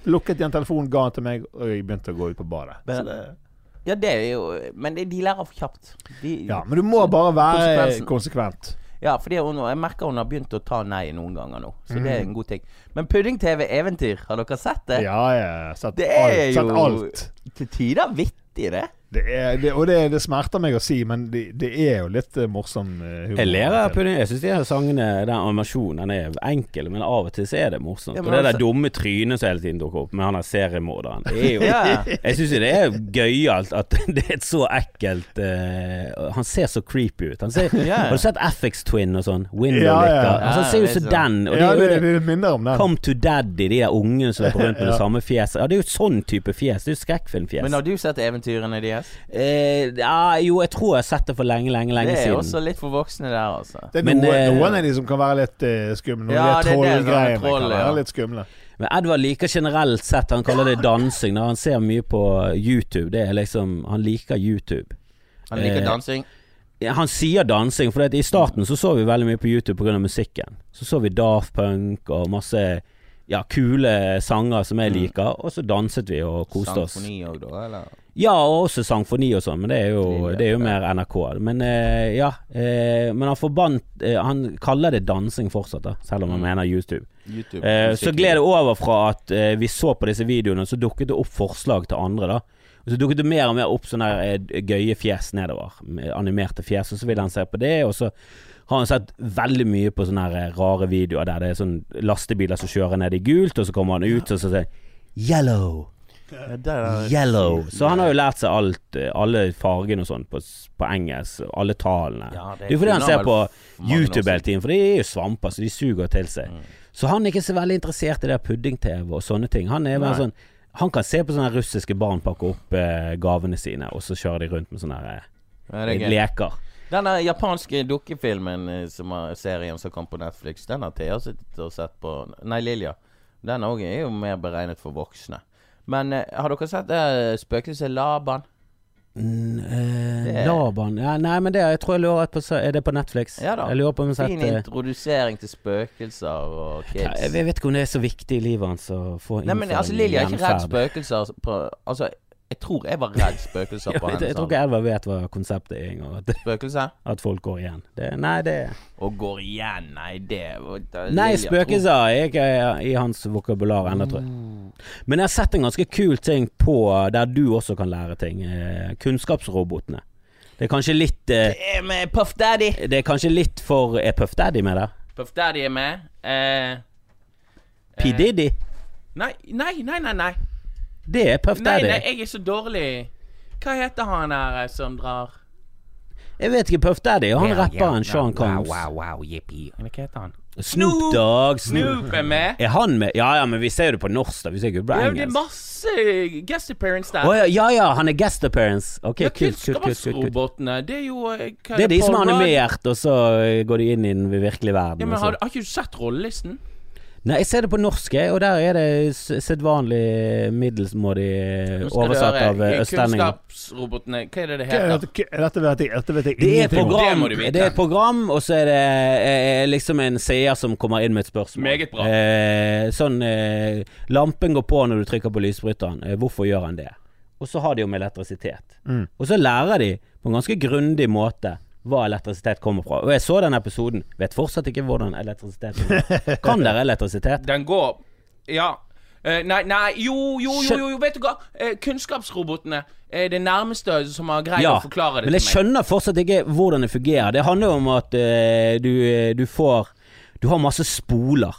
D: lukket igjen telefonen, ga han til meg, og jeg begynte å gå ut på badet.
E: Men-
D: så det,
E: Ja, det er jo Men det- de lærer for kjapt. De,
D: ja, men du må bare være
E: Konsekvensen.
D: konsekvent.
E: Ja, fordi hun, jeg merker hun har begynt å ta nei noen ganger nå. Så det
C: Mhm.
E: er en god ting. Men Pudding-TV-eventyr, har dere sett det?
D: Ja, jeg har sett
E: Det
D: alt.
E: er
D: Sett
E: jo
D: alt.
E: til tider vittig, det.
D: Det er, det, og det, det smerter meg å si, men det, det er jo litt eh, morsom eh, humor.
C: Jeg ler av Pudding. Jeg syns de her sangene, den animasjonen, den er enkel, men av og til så er det morsomt.
B: Ja,
C: og
B: men
C: det der
B: altså-
C: dumme trynet som hele tiden dukker opp med han der seriemorderen. Det er jo
B: Ja.
C: Jeg syns jo det er gøyalt at det er et så ekkelt eh, Han ser så creepy ut. Han ser,
B: Ja.
C: Har du sett FX Twin og sånn? Window
D: Ja, ja.
C: Licker. Altså, han ser
B: Ja,
C: jo
B: det er
C: som
B: sånn.
C: den. Og det
D: ja,
C: er
D: det,
C: jo det,
D: det minner om den.
C: Come to Daddy, de der ungene som løper rundt med det samme fjeset. Ja, det er jo et sånn type fjes. Det er jo skrekkfilmfjes.
B: Men har du sett eventyrene deres?
C: Eh, ja, jo, jeg tror jeg har sett det for lenge, lenge,
B: Det
C: lenge
B: er
C: siden.
B: også litt for voksne der, altså.
D: Det er
C: Men,
D: noen,
C: eh,
D: noen av de som kan være litt uh, skumle. Noen
B: Ja,
D: av de
B: det er det, sånne
D: trollgreiene
B: troll,
D: kan
B: ja.
D: være litt skumle.
C: Men Edvard liker generelt sett Han kaller det dansing. Da. Han ser mye på YouTube. Det er liksom Han liker YouTube.
E: Han liker
C: Eh,
E: dansing.
C: Ja, Han sier dansing, for at i starten så så vi veldig mye på YouTube pga. musikken. Så så vi Daft Punk og masse ja, kule sanger som jeg liker, og så danset vi og koste oss.
E: Symfoni òg, da? Eller?
C: Ja, og også sangfoni og sånn, men det er jo,
E: Lille,
C: det er jo mer NRK. Men eh, ja. Eh, men han forbandt eh, Han kaller det dansing fortsatt, da, selv om han mener YouTube.
E: YouTube.
C: Eh, så
E: musikk.
C: gled det over fra at eh, vi så på disse videoene, så dukket det opp forslag til andre, da. Og så dukket det mer og mer opp sånne her, eh, gøye fjes nedover. med Animerte fjes, og så ville han se på det, og så har han sett veldig mye på sånne her, eh, rare videoer der det er sånn lastebiler som kjører ned i gult, og så kommer han ut, og så sier han, Yellow,
B: Ja, Eh, der er-
C: yellow. Så han har jo lært seg alt, eh, alle fargene og sånn på, s- på engelsk, og alle tallene.
E: Ja, det
C: det er jo fordi han
E: kunne han
C: ser
E: vel
C: på
E: mange år
C: YouTube
E: siden.
C: hele tiden, for de er jo svamper, så de suger til seg.
E: Mm.
C: Så han er ikke så veldig interessert i det pudding-TV og sånne ting. Han er bare sånn Han kan se på sånne russiske barn pakke opp eh, gavene sine, og så kjører de rundt med sånne her,
E: Ja, det
C: eh,
E: er gøy.
C: leker.
E: Den der japanske dukkefilmen eh, som har serien som kom på Netflix, den har Thea sittet og sett på Nei, Lilja. Den òg er jo mer beregnet for voksne. Men eh, har dere sett eh, spøkelset Laban?
C: Mm, eh,
E: Det-
C: Laban ja, Nei, men det jeg tror jeg lurer på så Er det på Netflix?
E: Ja da.
C: Jeg lurer på om jeg har
E: Fin
C: sett eh,
E: introdusering til spøkelser og
C: ja,
E: kids.
C: Jeg vet ikke om det er så viktig i livet hans å få
E: Nei, men
C: innføring
E: altså,
C: i
E: Lilja er ikke redd
C: gjenferd.
E: spøkelser på Altså, jeg tror jeg var redd spøkelser på sånn
C: Jeg, jeg
E: hennes
C: tror ikke
E: alder.
C: Edvard vet hva konseptet er engang. At,
E: Spøkelser?
C: at folk går igjen. Det, nei, det
E: Og går igjen, nei, det
C: Nei,
E: Lilja tror- Mm.
C: spøkelser er ikke i hans vokabular ennå, tror jeg. Men jeg har sett en ganske kul ting på der du også kan lære ting. eh, Kunnskapsrobotene. Det er kanskje litt eh,
E: Eh, Med Puff Daddy.
C: Det er kanskje litt for Er Puff Daddy med der?
E: Puff Daddy er med. Eh,
C: P.
E: Eh.
C: Diddy?
E: nei, nei, nei, nei. nei.
C: Det er Puff
E: Nei, nei,
C: Daddy.
E: jeg er så dårlig. Hva heter han her eh, som drar
C: Jeg vet ikke Puff Daddy. og Han
E: Ja, ja,
C: rapperen Sean Combs.
E: wow, yippee. Hva heter han?
C: Snoop Dogg. Snoop.
E: Snoop er med.
C: Er han med? Ja ja, men vi ser jo det på norsk, da. Vi ser jo ikke på
E: Ja, det er
C: engelsk.
E: masse guest appearance der.
C: Å ja, ja, ja, han er guest appearance. Ok,
E: Ja,
C: kult, kult, kult, kult, kult.
E: Kunnskapsrobotene, det er jo eh, hva
C: Det er de som
E: Paul
C: er
E: Rudd?
C: animert, og så eh, går de inn i den virkelige verden.
E: Ja,
C: og
E: men
C: så-
E: har, har ikke du sett rollelisten?
C: Nei, jeg ser det på norsk, jeg, og der er det s- sedvanlig middelsmådig
E: Nå skal
C: oversatt
E: du høre,
C: av eh, østlendinger.
E: Kunnskapsrobotene, hva er det det
D: Hva er
E: heter?
D: Dette, hva- dette vet jeg, dette vet jeg
C: Det er, et
E: Det
D: ingenting om.
C: program,
E: må du vite.
C: det er et program, og så er det eh, liksom en seer som kommer inn med et spørsmål.
E: Meget bra.
C: Eh, sånn eh, Lampen går på når du trykker på lysbryteren. Eh, hvorfor gjør han det? Og så har de om elektrisitet. Og så lærer de på en ganske grundig måte hva elektrisitet kommer fra. Og jeg så den episoden. Vet fortsatt ikke hvordan elektrisitet kommer fra. Kan dere elektrisitet?
E: Den går Ja. Eh, nei, nei, jo, jo, jo,
C: Skjøn-
E: jo, jo vet du hva? Eh, kunnskapsrobotene er det nærmeste som har greid å forklare det
C: men jeg skjønner fortsatt ikke hvordan det fungerer. Det handler jo om at eh, du, du får Du har masse spoler.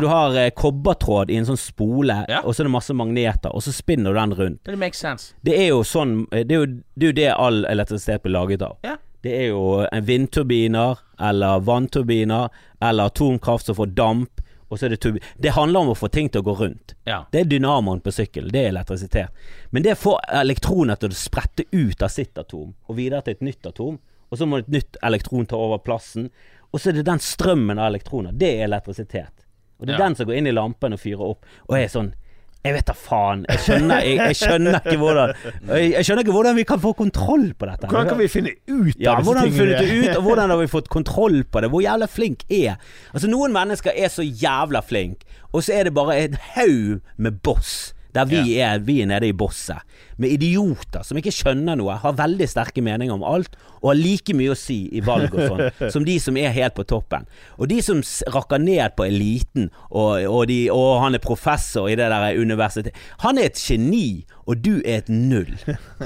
E: Ja.
C: Du har eh, kobbertråd i en sånn spole,
E: Ja.
C: og så er det masse magneter, og så spinner du den rundt.
E: Det makes sense.
C: Det er jo sånn eh, Det er jo det, er jo det all elektrisitet blir laget av.
E: Ja.
C: Det er jo eh, vindturbiner eller vannturbiner eller atomkraft som får damp. Og så er det, turbi- det handler om å få ting til å gå rundt.
E: Ja.
C: Det er dynamoen på sykkelen, det er elektrisitet. Men det får elektroner til å sprette ut av sitt atom, og videre til et nytt atom. Og så må et nytt elektron ta over plassen. Og så er det den strømmen av elektroner. Det er elektrisitet. Og det er
E: Ja.
C: den som går inn i lampen og fyrer opp, og er sånn jeg vet da faen. Jeg skjønner, jeg, jeg skjønner ikke hvordan jeg, jeg skjønner ikke hvordan vi kan få kontroll på dette.
D: Hvordan kan vi finne ut
C: Ja,
D: av
C: hvordan har vi
D: disse
C: funnet det
D: tingene?
C: ut, og hvordan har vi fått kontroll på det? Hvor jævla flink er Altså, noen mennesker er så jævla flink, og så er det bare en haug med boss Der vi, er, vi er nede i bosset. Med idioter som ikke skjønner noe, har veldig sterke meninger om alt, og har like mye å si i valg og sånn, som de som er helt på toppen. Og de som s- rakker ned på eliten, og, og de Å, han er professor i det der universitetet Han er et geni, og du er et null.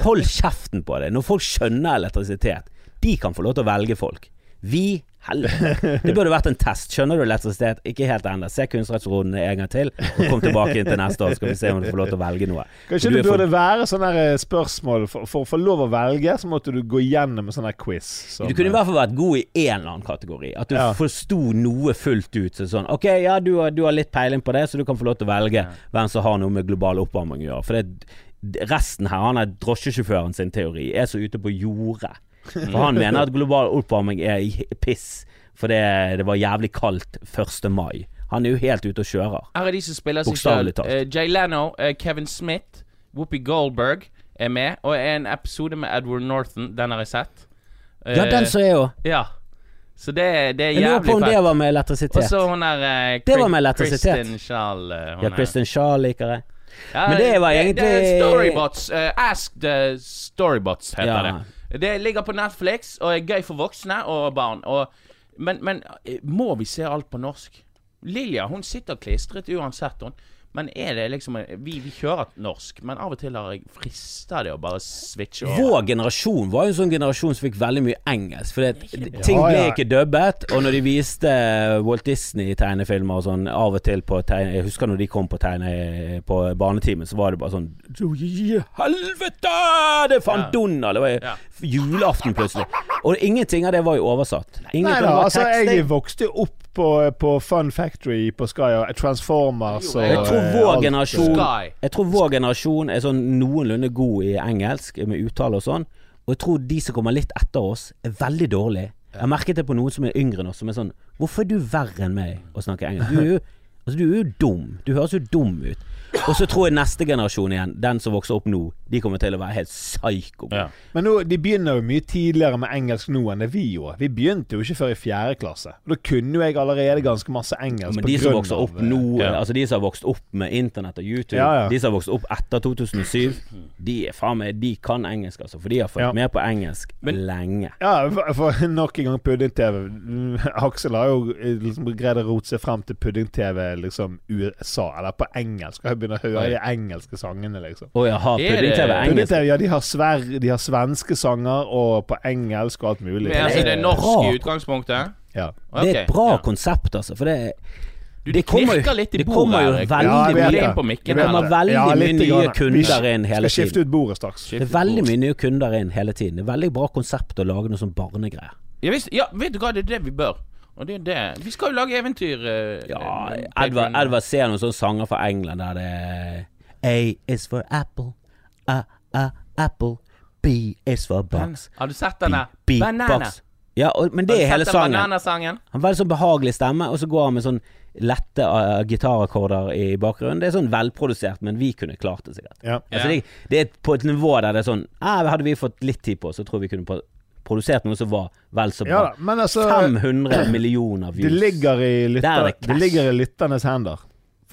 C: Hold kjeften på det. Når folk skjønner elektrisitet, de kan få lov til å velge folk. Vi Helvete. Det burde vært en test. Skjønner du elektrisitet? Ikke helt ennå. Se Kunstnerrådene en gang til, og kom tilbake inn til neste år, så skal vi se om du får lov til å velge noe. For
D: Kanskje
C: du
D: det
C: er for-
D: burde være sånne her spørsmål For for å få lov å velge, så måtte du gå gjennom en sånn her quiz. som-
C: Du kunne i
E: eh,
C: hvert fall vært god i én eller annen kategori. At du
D: Ja.
C: forsto noe fullt ut. Så sånn Ok, ja, du har, du har litt peiling på det, så du kan få lov til å velge hvem som har noe med global oppvarming å gjøre. For det, d- resten her, han er drosjesjåføren sin teori, er så ute på jordet. For han mener at global oppvarming er i- piss, for det, det var jævlig kaldt 1. mai. Han er jo helt ute og kjører.
E: Her er de som spiller seg selv.
C: Bokstavelig talt.
E: Eh, Jay Leno, eh, Kevin Smith, Whoopi Goldberg er med. Og en episode med Edward Norton. Den har jeg sett. Eh,
C: Ja, den som er jo
E: ja. Så det, er- det er
C: Jeg lurer på
E: jævlig
C: om det
E: fett.
C: var med
E: Og
C: elektrisitet.
E: så hun der eh,
C: Det var
E: Kri-
C: med elektrisitet.
E: Kristen Schaal. eh, hun
C: Ja,
E: er-
C: Kristin Shaw liker jeg.
E: Ja,
C: Men det var egentlig-
E: det er Storybots. eh, Ask the Storybots heter
C: Ja.
E: det. Det ligger på Netflix og er gøy for voksne og barn. Og, men, men eh, må vi se alt på norsk? Lilja hun sitter klistret uansett, hun. Men er det liksom eh, Vi, vi kjører norsk, men av og til har jeg frister det å bare switche over.
C: Vår generasjon var jo en sånn generasjon som fikk veldig mye engelsk. For det, ting
D: Ja,
C: ble
D: ja.
C: ikke dubbet. Og når de viste Walt Disney-tegnefilmer og sånn av og til på tegne... Jeg husker når de kom på tegne på barnetimen, så var det bare sånn «Oi, Helvete! Det er faen
E: Ja.
C: Donald! Det var
E: Ja.
C: julaften plutselig. Og ingenting av det var jo oversatt.
D: Nei
C: Ingenting
D: da,
C: var
D: altså, jeg
C: teksting.
D: vokste jo opp på, eh, på Fun Factory på Sky og Transformers
E: Jo,
D: og
E: jeg
C: Jeg tror
D: eh,
C: vår
D: alt.
C: generasjon
E: Sky.
C: Jeg tror vår generasjon er sånn noenlunde god i engelsk med uttale og sånn. Og jeg tror de som kommer litt etter oss, er veldig dårlige. Jeg har merket det på noen som er yngre enn oss, som er sånn Hvorfor er du verre enn meg å snakke engelsk? Du er jo, altså, du er jo dum. Du høres jo dum ut. Og så tror jeg neste generasjon igjen, den som vokser opp nå, de kommer til å være helt psyko.
E: Ja.
D: Men nå, de begynner jo mye tidligere med engelsk nå enn det vi gjorde. Vi begynte jo ikke før i fjerde klasse. Og da kunne jo jeg allerede ganske masse engelsk.
C: Men
D: på
C: de som
D: grunn
C: vokser
D: av,
C: opp
D: eh,
C: nå,
E: ja.
C: altså de som har vokst opp med internett og YouTube,
D: Ja, ja.
C: de som har vokst opp etter 2007, de er faen meg De kan engelsk, altså. For de har fulgt
D: Ja.
C: med på engelsk lenge.
D: Ja, for, for nok en gang pudding-TV. Mm, Aksel har jo eh, liksom greid å rote seg frem til pudding-TV liksom USA, eller på engelsk. Og jeg begynner å høre de engelske sangene, liksom.
C: Å ja, har
E: Er det-
C: pudding-TV engelsk?
D: Pudding-TV, ja, de har, sver, de har svenske sanger, og på engelsk og alt mulig.
E: Men, altså, det er norsk
C: bra.
E: i utgangspunktet?
D: Ja.
E: Ok,
C: Det er et bra
E: ja.
C: konsept, altså. For det,
E: Du,
C: det
E: det
C: kommer jo-
E: knirker litt i
C: det kommer jo
E: bordet.
C: veldig
D: Ja, jeg vet
E: mye
D: det.
E: inn på
D: Jeg
E: mikken
D: vet
E: her.
C: kommer veldig mye
D: lite
C: nye kunder
D: Vi
C: inn hele
D: Skal skifte
C: tiden.
D: ut bordet straks.
C: det er veldig mye nye kunder inn hele tiden. Det er veldig bra konsept å lage noe sånn barnegreier.
E: Ja, visst, ja, vet du hva, det er det vi bør. Og det er det. Vi skal jo lage eventyr. eh,
C: Ja,
E: eh,
C: Edvard,
E: Patreon.
C: Edvard ser noen sånne sanger fra England der det er A is for apple, a, a, apple, B is for box,
E: Har du sett denne?
C: B,
E: Banana.
C: box. Ja, og, men det er
E: Har du
C: hele
E: sett den
C: sangen.
E: Bananasangen?
C: Han har veldig sånn behagelig stemme, og så går han med sånn lette uh, gitarakkorder i bakgrunnen. Det er sånn velprodusert, men vi kunne klart det sikkert.
D: Ja.
E: Ja.
C: Altså, det, det er på et nivå der det er sånn ah, Hadde vi fått litt tid på, så tror vi kunne pro- produsert noe som var vel så
D: ja
C: bra.
D: da, men altså
C: 500 millioner
D: Det
C: views.
D: ligger i,
C: Der er
D: lytter,
C: det
D: det
C: cash.
D: ligger i lytternes hender.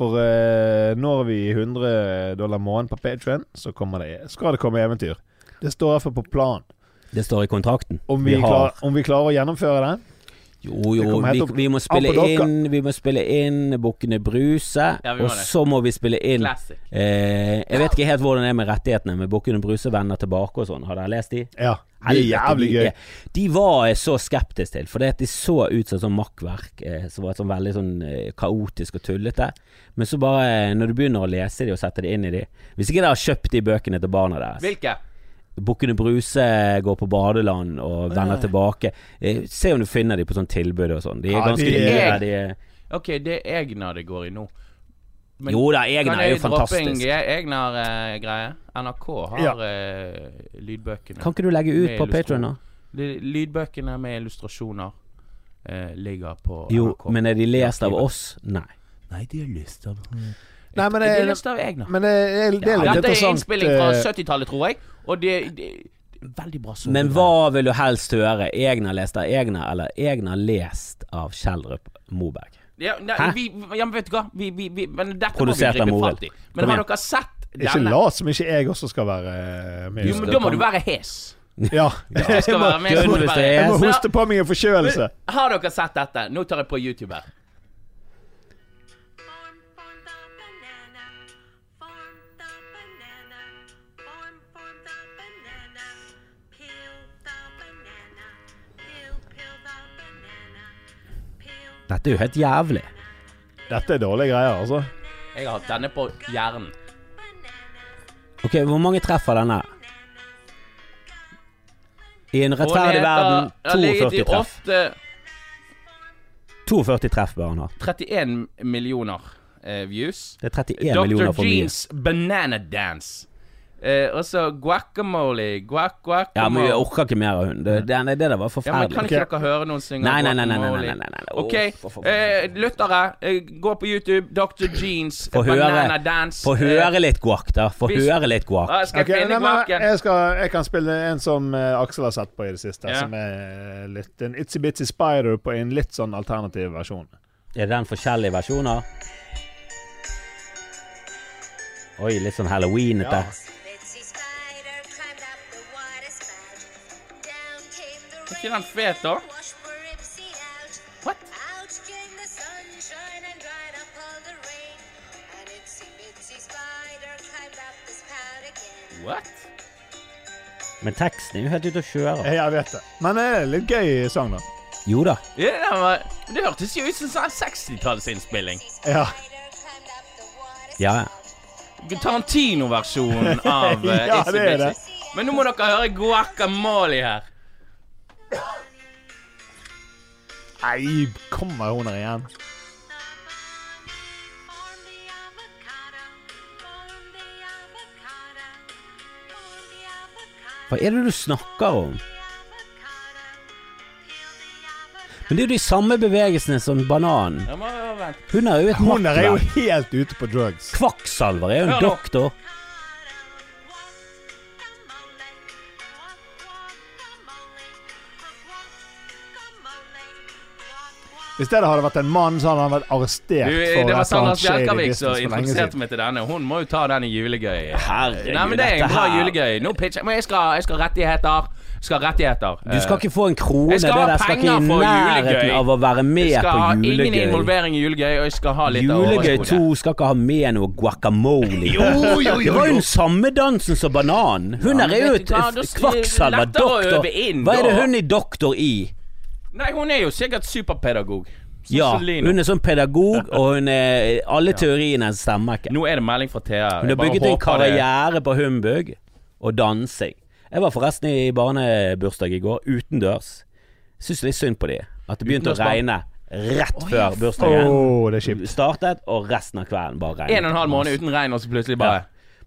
D: For eh, når vi 100 dollar måneden på Patreon så kommer det, skal det komme eventyr. Det står i hvert fall på plan.
C: Det står i kontrakten.
D: Om vi, klar, om vi klarer å gjennomføre det.
C: Jo,
D: Det
C: jo,
D: kommer helt
C: vi,
D: opp-
C: vi må spille
D: opp på dokka.
C: inn Vi må spille inn Bukkene Bruse,
E: Ja, vi må
C: og
E: det.
C: så må vi spille inn
E: Classic.
C: eh, Jeg vet ikke helt hvordan det er med rettighetene, men Bukkene Bruse vender tilbake og sånn. Har dere lest de?
D: Ja, det er jævlig
C: Helvete, de
D: gøy.
C: er- De var jeg så skeptisk til, for det at de så ut som sånn makkverk eh, som var sånn veldig sånn eh, kaotisk og tullete. Men så bare, eh, når du begynner å lese de og sette de inn i de Hvis ikke dere har kjøpt de bøkene til barna deres
E: Hvilke?
C: Bukkene Bruse går på badeland og vender tilbake. Eh, se om du finner de på sånn tilbud og sånn. De er
D: Ja,
C: ganske
D: de er-
C: nye. De er,
E: Ok, det er Egnar det går i nå. Men
C: jo da, Egner
E: kan
C: er jo
E: jeg droppe en
C: fantastisk.
E: G- Egnar-greie? NRK har
D: Ja.
E: eh, lydbøkene.
C: Kan ikke du legge ut
E: Med
C: på
E: illustrasjon.
C: Patreon nå?
E: De- Lydbøkene med illustrasjoner eh, ligger på
C: Jo,
E: NRK.
C: men er de lest av oss? Nei.
E: Nei, de har lyst av
D: Nei, men
E: De har
D: det,
E: lyst av Egnar.
D: men det, er- det er
E: Ja,
D: litt
E: dette er
D: interessant.
E: innspilling fra
D: eh,
E: 70-tallet, tror jeg. Og det, det, det Veldig bra solo.
C: Men hva vil du helst høre? Egner lest av Egner, eller Egner lest av Kjellrup Moberg?
E: ja, nei,
C: Hæ?
E: vi, ja, men vet du hva? Vi, vi, vi, men dette må vi
C: Produsert av
E: gripe
C: Morild.
E: fatt i.
C: Kom
E: Men har
C: igjen.
E: dere sett
D: Ikke
E: Denne-
D: lat som ikke jeg også skal være eh, med.
E: Jo, men da må du være hes.
D: Ja.
E: Jeg skal være med.
C: Gønn
E: må du være
C: hvis det er
E: hes.
D: Jeg må
E: Men-
D: hoste på meg en
C: altså.
D: forkjølelse.
E: Men Har dere sett dette? Nå tar jeg på YouTube her.
F: Form form the banana. Form the banana. Form form the banana. Peel the banana. Peel peel the banana. Peel
C: Dette er jo helt jævlig.
D: Dette er dårlige greier, altså.
E: Jeg har hatt denne på hjernen.
C: Ok, Hvor mange treffer denne? I en
E: Og ned,
C: rettferdig verden
E: da- da ligger
C: 42
E: de
C: treff.
E: Ofte
C: 42 treff bør han ha.
E: 31 millioner eh, views.
C: Det er 31
E: Dr.
C: millioner for mye.
E: Jeans Banana Dance. Eh, og så guacamole, guac,
C: Ja, men
E: guacamole.
C: jeg orker ikke mer av hun. Det, det, nei, det der var
E: Ja, men kan
C: forferdelig.
E: ikke dere høre noen synge
C: Nei, nei, nei, nei, nei,
E: guacamole?
C: nei, nei, nei, nei.
E: Ok,
C: Åh, for faen.
E: eh, lyttere, eh, gå på YouTube, Dr. Jeans,
C: Få høre-
E: Banana Dance.
C: Få
E: Eh,
C: høre litt guac, da. Få
E: hvis-
C: høre litt guac.
E: ah, skal jeg
D: Ok,
E: finne
D: nei, men
E: guacen?
D: jeg, skal, jeg kan spille en som eh, Aksel har sett på i det siste,
E: Ja.
D: som er eh, litt en Itsy Bitsy Spider på en litt sånn alternativ versjon.
C: Er den forskjellige versjoner? Oi, litt sånn halloweenete.
F: Betsy Spider climbed up the water spout. Down came the
E: Ikke den fet, da?
F: Wash Peripsy out.
E: What?
F: Out came the sunshine and dried up all the rain. And itsy bitsy spider climbed up the spout again.
E: What?
C: Men teksten er jo helt ute å kjøre.
D: Eh, Jeg vet det. Men det er litt gøy sang, da.
C: Jo da.
E: Ja, det var- det hørtes jo ut som sånn en 60-tallsinnspilling.
D: Ja.
F: Spider climbed up the water
C: Ja, ja.
E: Tarantino-versjonen av eh,
D: Ja,
E: Itsy
D: det er
E: Bitsy. Men nå må dere høre guacamole her.
D: Nei, kommer hun her igjen?
F: Form the avocado. Form the avocado. Form the avocado.
C: Hva er det du snakker om?
F: The avocado. Peel the avocado.
C: Men det er jo de samme bevegelsene som bananen.
E: Jeg må vente.
C: Hun er jo et
D: Hun der er jo
C: makkverk.
D: helt ute på drugs.
C: Kvakksalver er jo
E: Hør
C: en
E: nå.
C: doktor.
D: Hvis det hadde vært en mann, så hadde han vært arrestert.
E: Du, eh, det
D: for
E: var
D: et eller annet
E: Sandra
D: shady
E: Bjerkavik
D: business
E: som
D: for lenge
E: introduserte
D: siden.
E: meg til denne. Hun må jo ta den i julegøy.
C: Herregud,
E: Nei, men det er
C: dette
E: en bra
C: her.
E: julegøy. Nå pitcher jeg. Men jeg skal, jeg skal ha rettigheter. Jeg skal ha rettigheter. Eh,
C: Du skal ikke få en krone.
E: Jeg
C: Det
E: skal ha
C: der skal ikke
E: penger
C: i
E: for
C: nærheten
E: julegøy.
C: av å være
E: Jeg
C: med
E: skal
C: på
E: ha ingen
C: julegøy.
E: involvering i julegøy, og jeg skal ha litt av
C: Julegøy
E: overskuddet.
C: 2 skal ikke ha med noe guacamole. i.
E: jo, jo,
C: Det var jo den samme dansen som bananen. Hun
E: Ja,
C: her
E: men
C: er jo
E: vet
C: et
E: du hva, da
C: et
E: sier-
C: kvakksalver
E: lettere å
C: doktor.
E: øve inn,
C: Hva er det
E: da.
C: hun er doktor i?
E: Nei, hun er jo sikkert superpedagog. Sånn
C: Ja,
E: som Lino.
C: hun er sånn pedagog, og hun er Alle teoriene hennes stemmer ikke.
E: Nå er det melding fra Thea.
C: Hun
E: Jeg
C: har
E: bare
C: bygget en
E: håper det-
C: karriere på humbug og dansing. Jeg var forresten i barnebursdag i går, utendørs. Syns litt synd på de. At det begynte å
E: Utendørs barn?
C: regne rett før
D: Åh,
C: bursdagen
D: det er kjipt.
C: startet, og resten av kvelden bare regnet.
E: En og en halv måned uten regn, og så plutselig bare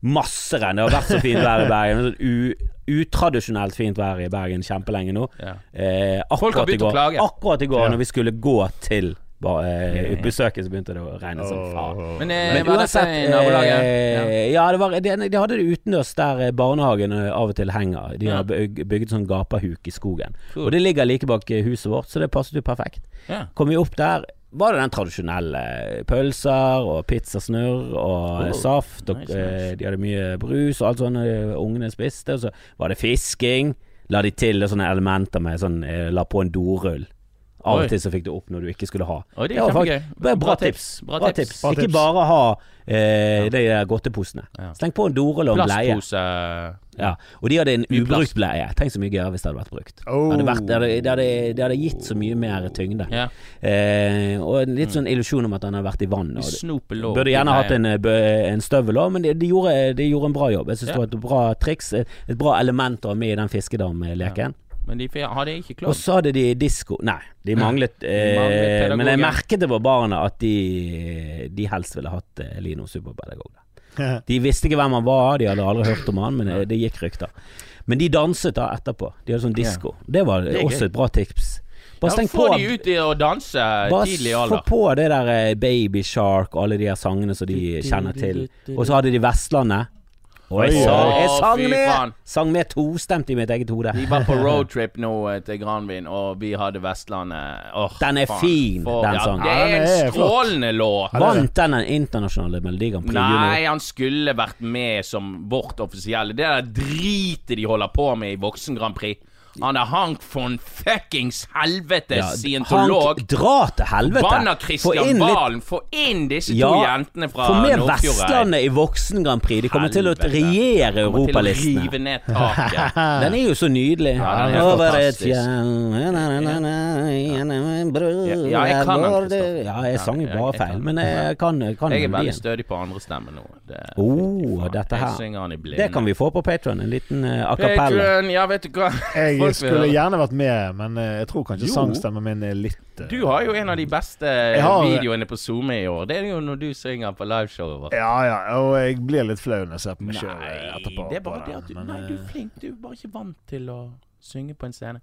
C: Masse regn. Det har vært så fint vær i Bergen. Sånn U utradisjonelt fint vær i Bergen kjempelenge nå.
E: Ja.
C: Eh,
E: Folk har
C: akkurat, i
E: begynt å
C: går,
E: klage.
C: akkurat i går,
D: Ja.
C: når vi skulle gå til ba- eh, besøket, så begynte det å regne som faen.
D: Åh.
E: Men, eh,
C: Men
E: var dette
C: uansett,
E: i nabolaget? Ja.
C: eh, ja, det var, de, de hadde det utendørs der eh, barnehagen eh, av og til henger. De
E: Ja.
C: har byg- bygget sånn gapahuk i skogen.
E: Cool.
C: Og det ligger like bak eh, huset vårt, så det passet jo perfekt.
E: Ja.
C: Kom vi opp der, var det den tradisjonelle pølser og pizzasnurr og eh,
E: Oh,
C: saft. Og,
E: nice,
C: eh,
E: nice.
C: De hadde mye brus og alt sånt eh, ungene spiste. Og så var det fisking. La de til eh, sånne elementer med sånn eh, La på en dorull. Av
E: Oi.
C: og til så fikk du opp noe du ikke skulle ha.
E: Oi, det er
C: var
E: kjempegøy.
C: faktisk- det var Bra,
E: Bra
C: tips.
E: tips.
C: Bra
E: Bra
C: tips.
E: tips.
D: Bra
C: Ikke
D: tips.
C: bare ha eh, de der godteposene.
E: Ja.
C: Sleng på en dorull og en bleie.
E: Plastpose
C: Ja. Og de hadde en
E: Mye plast.
C: ubrukt bleie. Tenk så mye gøyere hvis det hadde vært brukt.
D: Oh.
C: Det, hadde vært, det, hadde, det, hadde, det hadde gitt så mye mer tyngde.
E: Ja. Mm.
C: Eh, og en litt sånn illusjon om at han har vært i vann. Og det,
E: Snopet lå
C: burde
E: oppi
C: gjerne hatt
E: bleien.
C: en, eh, bø- en støvel òg, men de, de, gjorde, de gjorde en bra jobb. Jeg syns
E: Ja.
C: det var et bra triks. Et, et bra element å ha med i den fiskedamleken.
E: Men de fe- hadde ikke
C: Og
E: klart
C: så hadde de disko Nei, de manglet, eh,
E: manglet pedagogen.
C: Men jeg merket det på barna at de, de helst ville hatt eh, Lino superpedagog. da. De visste ikke hvem han var, de hadde aldri hørt om han, men eh, det gikk rykter. Men de danset da etterpå. De hadde sånn disko. Det var
E: Det er
C: også
E: gøy.
C: et bra tips.
E: Ja,
C: Bare steng
E: Få
C: på
E: de ut i å danse tidlig i
C: Bare få
E: alder.
C: på det der eh, Baby Shark og alle de her sangene som de kjenner til. Og så hadde de Vestlandet. Og jeg,
D: Oi,
C: sang,
E: oi.
C: jeg
E: Å,
C: sang,
E: fy faen.
C: med, sang med tostemt i mitt eget hode.
E: Vi var på roadtrip nå eh, til Granvin, og vi hadde Vestlandet. Åh,
C: Den er
E: faen.
C: fin,
E: For-
C: den
E: ja,
C: sangen.
E: Det
D: Ja,
E: er
D: den er
E: en strålende låt.
C: Vant den den internasjonale Melodi Grand Prix?
E: Nei, han skulle vært med som vårt offisielle. Det der dritet de holder på med i Voksen Grand Prix. Han er Hank von fuckings helvete,
C: Ja,
E: scientolog.
C: Hank, dra til helvete!
E: Banna
C: Få
E: Christian
C: inn litt-
E: Valen. Få inn disse
C: Ja,
E: to jentene fra
C: Få med
E: Nordfjordeid.
C: Vestlandet i Voksen Grand Prix. De kommer til å
E: Helvete.
C: regjere
E: Kommer til å
C: europalistene.
E: Rive ned taket.
C: Den er jo så nydelig.
E: Ja, den er helt
C: Over et
E: fantastisk.
C: fjell gjennom en bro
E: Ja, jeg kan den,
C: hvor du-
E: Kristoffer.
C: Ja, jeg sang jo
E: Ja,
C: bare
E: jeg kan
C: feil,
E: den.
C: men jeg kan, kan
E: Jeg er veldig
C: melodien.
E: stødig på andre stemme nå. Det,
C: Oh,
E: Fy faen,
C: dette her.
E: Jeg synger han i blinde.
C: Det kan vi få på Patron. En liten uh, a cappella.
E: Patreon, ja, vet du hva. Folk vil
D: Jeg skulle
E: høre.
D: gjerne vært med, men eh, jeg tror kanskje
E: Jo.
D: sangstemmen min er litt eh,
E: Du har jo en av de beste
D: har-
E: videoene på SoMe i år. Det er jo når du synger på liveshowet vårt.
D: Ja, ja, og jeg blir litt flau når jeg ser på meg sjøl etterpå.
E: det er bare
D: på
E: det at du,
D: men,
E: nei, du er
D: eh,
E: flink. Du er bare ikke vant til å synge på en scene.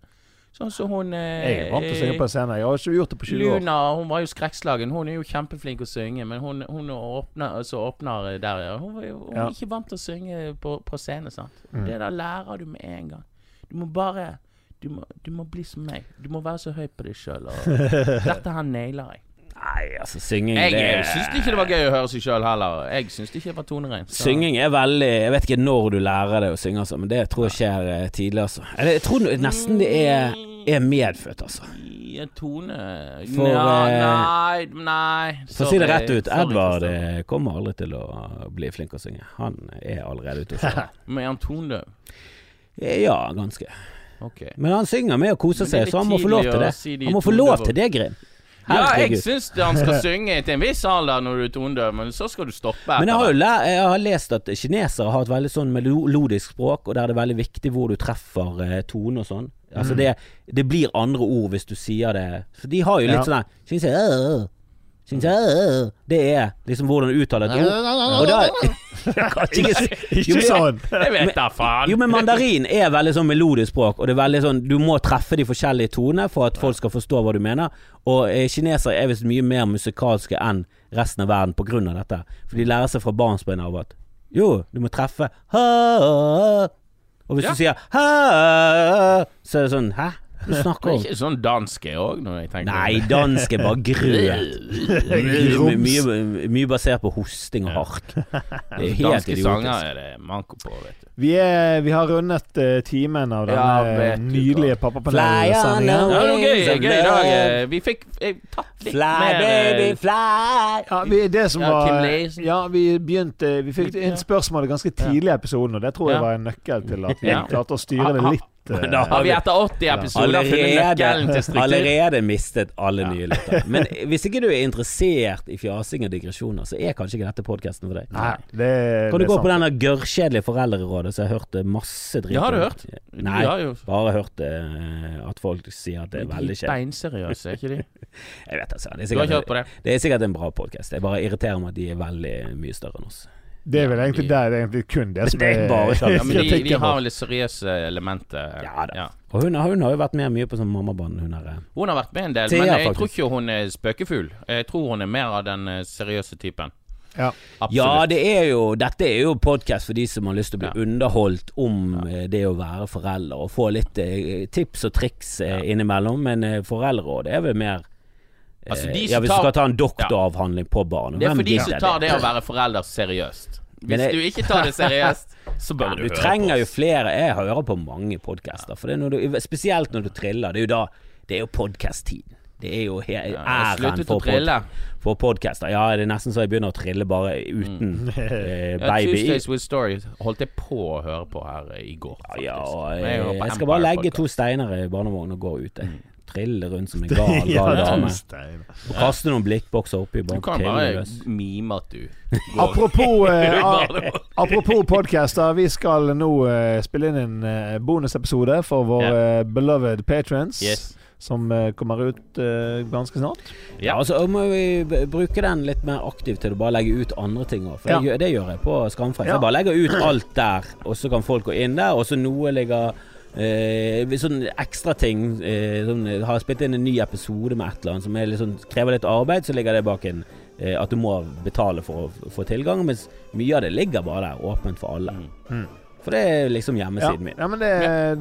E: Sånn som hun eh,
D: Jeg er vant til å synge på en scene. Jeg har ikke gjort det på 20 år.
E: Luna hun var jo skrekkslagen. Hun er jo kjempeflink å synge, men hun, hun åpner, så åpner der, ja. Hun var jo hun
D: Ja. Mm.
E: er ikke vant til å synge på, på scene, sant. Det der lærer du med en gang. Du må bare du må, du må bli som meg. Du må være så høy på deg sjøl. Dette her nailer jeg.
C: Nei, altså, synging
E: Jeg,
C: det
E: jeg syns ikke det var gøy å høre seg sjøl heller. Jeg syns det ikke var tonereint. så-
C: Synging er veldig Jeg vet ikke når du lærer det å synge, altså, men det tror jeg skjer eh, tidlig. Altså. Eller, jeg tror nesten det er, er medfødt, altså.
E: I en tone
C: For,
E: Nja,
C: eh,
E: Nei, nei
C: For å si det
E: sorry,
C: rett ut,
E: sorry,
C: Edvard
E: Kristian.
C: eh, kommer aldri til å bli flink å synge. Han er allerede ute å kjøre.
E: Men er han tondøv?
C: Ja, ganske.
E: Ok.
C: Men han synger med og koser
E: Men det er
C: seg,
E: litt
C: så han må få lov
E: tidlig
C: til
E: å
C: det.
E: si de
C: Han må få
E: to
C: lov
E: lever-
C: til det, Grim.
E: Ja, jeg
C: Herregud.
E: syns han skal synge til en viss alder når du er tondøv, men så skal du stoppe.
C: Men jeg har jo
E: etter
C: læ jeg har lest at kinesere har et veldig sånn melodisk språk, og der er det veldig viktig hvor du treffer eh, tonen og sånn. Altså det, det blir andre ord hvis du sier det. For de har jo litt
D: Ja.
C: sånn der «Xin xie, øh, xin xie, øh». Det er liksom hvordan du uttaler et ord. Og da Jeg kan ikke si- Jo,
D: Ikke
C: men-
D: sånn!
E: hvert. Jeg vet da faen.
C: Jo, men mandarin er veldig sånn melodisk språk, og det er veldig sånn du må treffe de forskjellige tonene for at folk skal forstå hva du mener. Og eh, kinesere er visst mye mer musikalske enn resten av verden på grunn av dette. For de lærer seg fra barnsben av at jo, du må treffe ha, Og hvis
E: Ja.
C: du sier ha, så er det sånn hæ? Du snakker
E: Det er
C: om
E: ikke sånn dansk jeg òg, når jeg tenker
C: Nei, dansk er bare grøt. Mye, mye, mye basert på hosting og hark. Det er helt
E: Danske
C: idiotisk.
E: sanger er det manko på, vet du.
D: Vi, er, vi har rundet eh, timen av denne eh,
E: Ja, vet du
D: nydelige
C: Fly on
E: Det
D: pappapanelsendingen.
E: var noe gøy,
C: Wings of
E: gøy i dag.
C: love.
E: eh, Vi fikk eh, tatt litt
C: Fly,
E: mer eh,
C: baby, fly.
D: Ja, vi, det som
E: Ja, Kim
D: var
E: Leisen.
D: Ja, vi begynte eh, Vi fikk inn spørsmålet ganske tidlig i episoden, og det tror jeg
E: Ja.
D: var en nøkkel til at vi
E: Ja. Ah,
D: klarte å styre det litt. eh,
C: Da
E: Har vi etter 80 episoder funnet nøkkelen til struktur?
C: allerede mistet alle nye lyttere. Men hvis ikke du er interessert i fjasing og digresjoner, så er kanskje ikke dette podkasten for deg.
D: Nei, det,
C: Kan
D: det
C: du gå
D: er
C: på
D: sant.
C: denne gørrkjedelige foreldrerådet som jeg hørte masse dritt
E: Det har du
C: om?
E: hørt. Du
C: Nei,
E: har jo-
C: bare hørt eh, at folk sier at det er veldig kjedelig.
E: Beinseriøse, er ikke de?
C: Jeg vet altså,
E: Du
C: det er
E: har
C: sikkert,
E: ikke hørt på det?
C: det er sikkert en bra podkast. Jeg bare irriterer meg at de er veldig mye større enn oss.
D: Det er vel egentlig der det er egentlig kun det som
C: Det er bare sant.
E: sånn, Ja, men de, de
D: kritikken
E: har
D: vår.
E: vel det seriøse elementet.
C: Ja da. Og hun, hun har jo vært med mye på sånn mammabanen, hun her. eh.
E: Hun har vært med en del,
C: Thea,
E: men jeg tror
C: faktisk.
E: ikke hun er spøkefugl. Jeg tror hun er mer av den eh, seriøse typen.
D: Ja.
C: Ja,
E: Absolutt.
C: det er jo, dette er jo podkast for de som har lyst til å bli
E: Ja.
C: underholdt om eh, det å være forelder, og få litt eh, tips og triks eh, innimellom. Men eh, foreldreråd er vel mer eh,
E: Altså, de
C: Ja,
E: som
C: hvis du
E: tar-
C: skal ta en doktoravhandling på barn.
E: det er
C: hvem
E: for de
C: gidder
E: som
C: det?
E: tar det å være forelder seriøst.
C: Men
E: Hvis
C: jeg-
E: du ikke tar det seriøst, så bør du,
C: Du
E: høre
C: trenger
E: på
C: jo
E: oss.
C: flere. Jeg hører på mange podkaster, for det er når du, spesielt når du triller. Det er jo da Det er jo podkast-tiden. Det er jo he
E: jeg har
C: æren
E: sluttet
C: for,
E: å trille.
C: pod for podkaster. Ja, det er nesten så jeg begynner å trille bare uten
E: Mm.
C: eh,
E: Ja,
C: baby i.
E: Tuesdays with Stories holdt jeg på å høre på her eh, i går, faktisk.
C: Ja, og
E: Men
C: jeg,
E: hører på
C: jeg skal bare
E: Empire
C: legge to
E: Podcast.
C: steiner i barnevognen og gå ut. Jeg. Trille rundt som en gal,
D: Ja,
C: gal dame.
D: Torstein.
C: Og kaste noen blikkbokser oppi. Bare
E: Du kan
C: trille
E: bare
C: løs.
E: mime at du
D: Apropos, eh,
E: Bare-
D: a- apropos podcaster, vi skal nå eh, spille inn en eh, bonusepisode for vår eh, beloved patrons.
E: Yes.
D: Som eh, kommer ut eh, ganske snart.
C: Ja, altså må vi b- bruke den litt mer aktivt til å bare legge ut andre ting òg. For
D: Ja.
C: det, gjør- det gjør jeg på Skamfrelst.
D: Ja.
C: Jeg bare legger ut alt der, og så kan folk gå inn der. Og så noe ligger eh, Sånn ekstra ting eh, sånn, Har jeg spilt inn en ny episode med et eller annet som er litt sånn, krever litt arbeid, så ligger det bak en eh, at du må betale for å få tilgang, mens mye av det ligger bare der, åpent for alle. For det er liksom
D: Mm. Ja,
C: hjemmesiden min.
D: ja men det,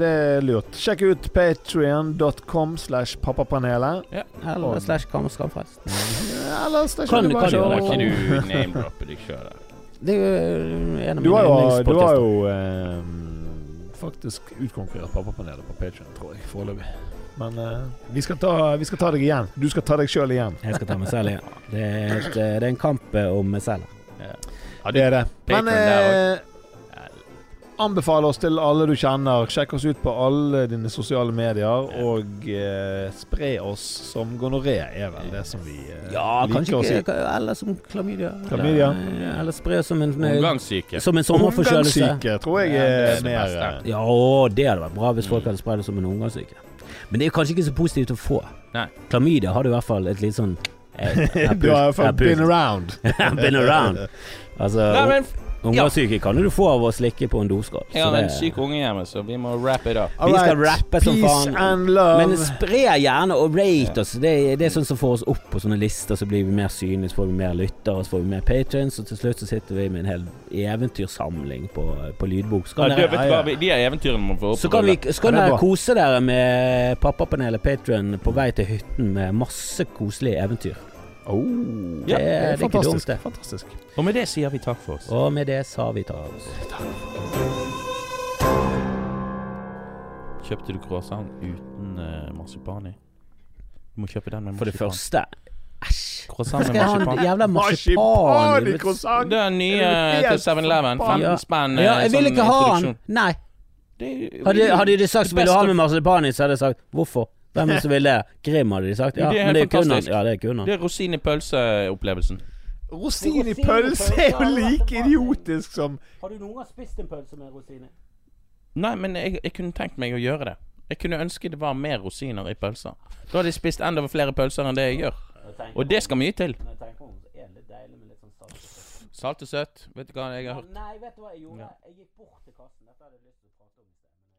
D: det er lurt. Sjekk ut patrion.com slash pappapanelet. Eh,
E: Ja.
C: Eller slash kammerskamfrelst.
D: Eller slash
C: Kan- kan
E: Kan
C: gjøre
E: ikke du name-droppe deg sjøl?
C: Det er jo eh, en av
D: Du
C: mine
D: har jo, eh, du har
C: yndlingspodcaster.
D: jo ehm, faktisk utkonkurrert pappapanelet på Patrion, tror jeg, foreløpig. Men eh, vi, skal ta, vi skal ta deg igjen. Du skal ta deg sjøl igjen.
C: Jeg skal ta meg selv igjen. Det er, et, eh, det er en kamp eh, om meg selv.
D: Ja, det er det.
E: Patreon
D: Men
E: der
D: eh, anbefale oss til alle du kjenner. Sjekk oss ut på alle dine sosiale medier, og eh, spre oss som gonoré, er vel det som vi eh,
C: Ja, kanskje
D: liker å si.
C: ikke Eller som klamydia. Eller-
D: Klamydia.
C: Eller spre som en
E: Omgangssyke.
C: Som en sommerforkjølelse.
D: Omgangssyke tror jeg
E: Ja, det
D: er
E: er det
D: mer
E: beste.
D: eh,
C: Ja, å, det hadde vært bra hvis folk hadde spredd det som en omgangssyke. Men det er kanskje ikke så positivt å få.
E: Nei.
C: Klamydia har du i hvert fall et litt sånn eh,
D: Du har i hvert fall
C: pult-
D: been
C: pult.
D: around.
C: Been around.
E: Nei,
C: Altså,
E: men
C: omgangssyke kan jo du få av å slikke på en doskål.
E: jeg har
C: så
E: en
C: det-
E: syk unge hjemme, så vi må wrap it up.
C: Vi skal rappe som faen.
D: Peace and love.
C: Men spre gjerne og rate oss. Det, det er sånn som får oss opp på sånne lister, så blir vi mer synlige, så får vi mer lyttere, så får vi mer patrions, og til slutt så sitter vi med en hel eventyrsamling på, på lydbok. Så kan
E: Ja, du,
C: dere,
E: vet du hva, vi- de er eventyrene må få opp.
C: så kan vi, så kan
D: Ja, det er
C: dere
D: bra.
C: kose dere med pappapanelet Patrion på vei til hytten med masse koselige eventyr.
D: oh,
C: det er ikke dumt,
D: fantastisk.
C: det.
D: fantastisk.
E: Og med det sier vi takk for oss.
C: Og med det sa vi takk.
E: Kjøpte du croissant uten eh, marsipan i? Du må kjøpe den med marsipan.
C: For det første Æsj.
E: Croissant
C: Skal
E: med
C: jeg ha en
E: marsipan.
C: jævla marsipan?
D: Marsipan i croissant!
E: Det er den nye
D: Er du
E: til
D: helt
E: 7-Eleven.
D: faen?
E: 15 spenn. eh,
C: Ja, jeg vil
E: sånn
C: ikke ha den.
E: introduksjon.
C: Nei.
E: Det-
C: Hadde, hadde de sagt
E: Det
C: vil du ha
E: beste-
C: med marsipan i, så hadde jeg sagt hvorfor? Hvem som ville det? Grim hadde de sagt. Ja,
E: Men det er
C: men det er
E: helt
C: kun han.
E: fantastisk.
C: Ja, det er kun han.
E: Det er rosin i pølse-opplevelsen.
D: Rosin i pølse er jo like idiotisk som
C: Har du noen gang spist en pølse med rosiner?
E: Nei, men jeg, jeg kunne tenkt meg å gjøre det. Jeg kunne ønske det var mer rosiner i pølser. Da hadde jeg spist enda flere pølser enn det jeg gjør. Og det skal mye til. Salt og søtt. Vet du hva jeg har hørt?
C: Nei, vet du hva jeg gjorde? Jeg gikk bort til kassen. Dette hadde jeg lyst til å prate om.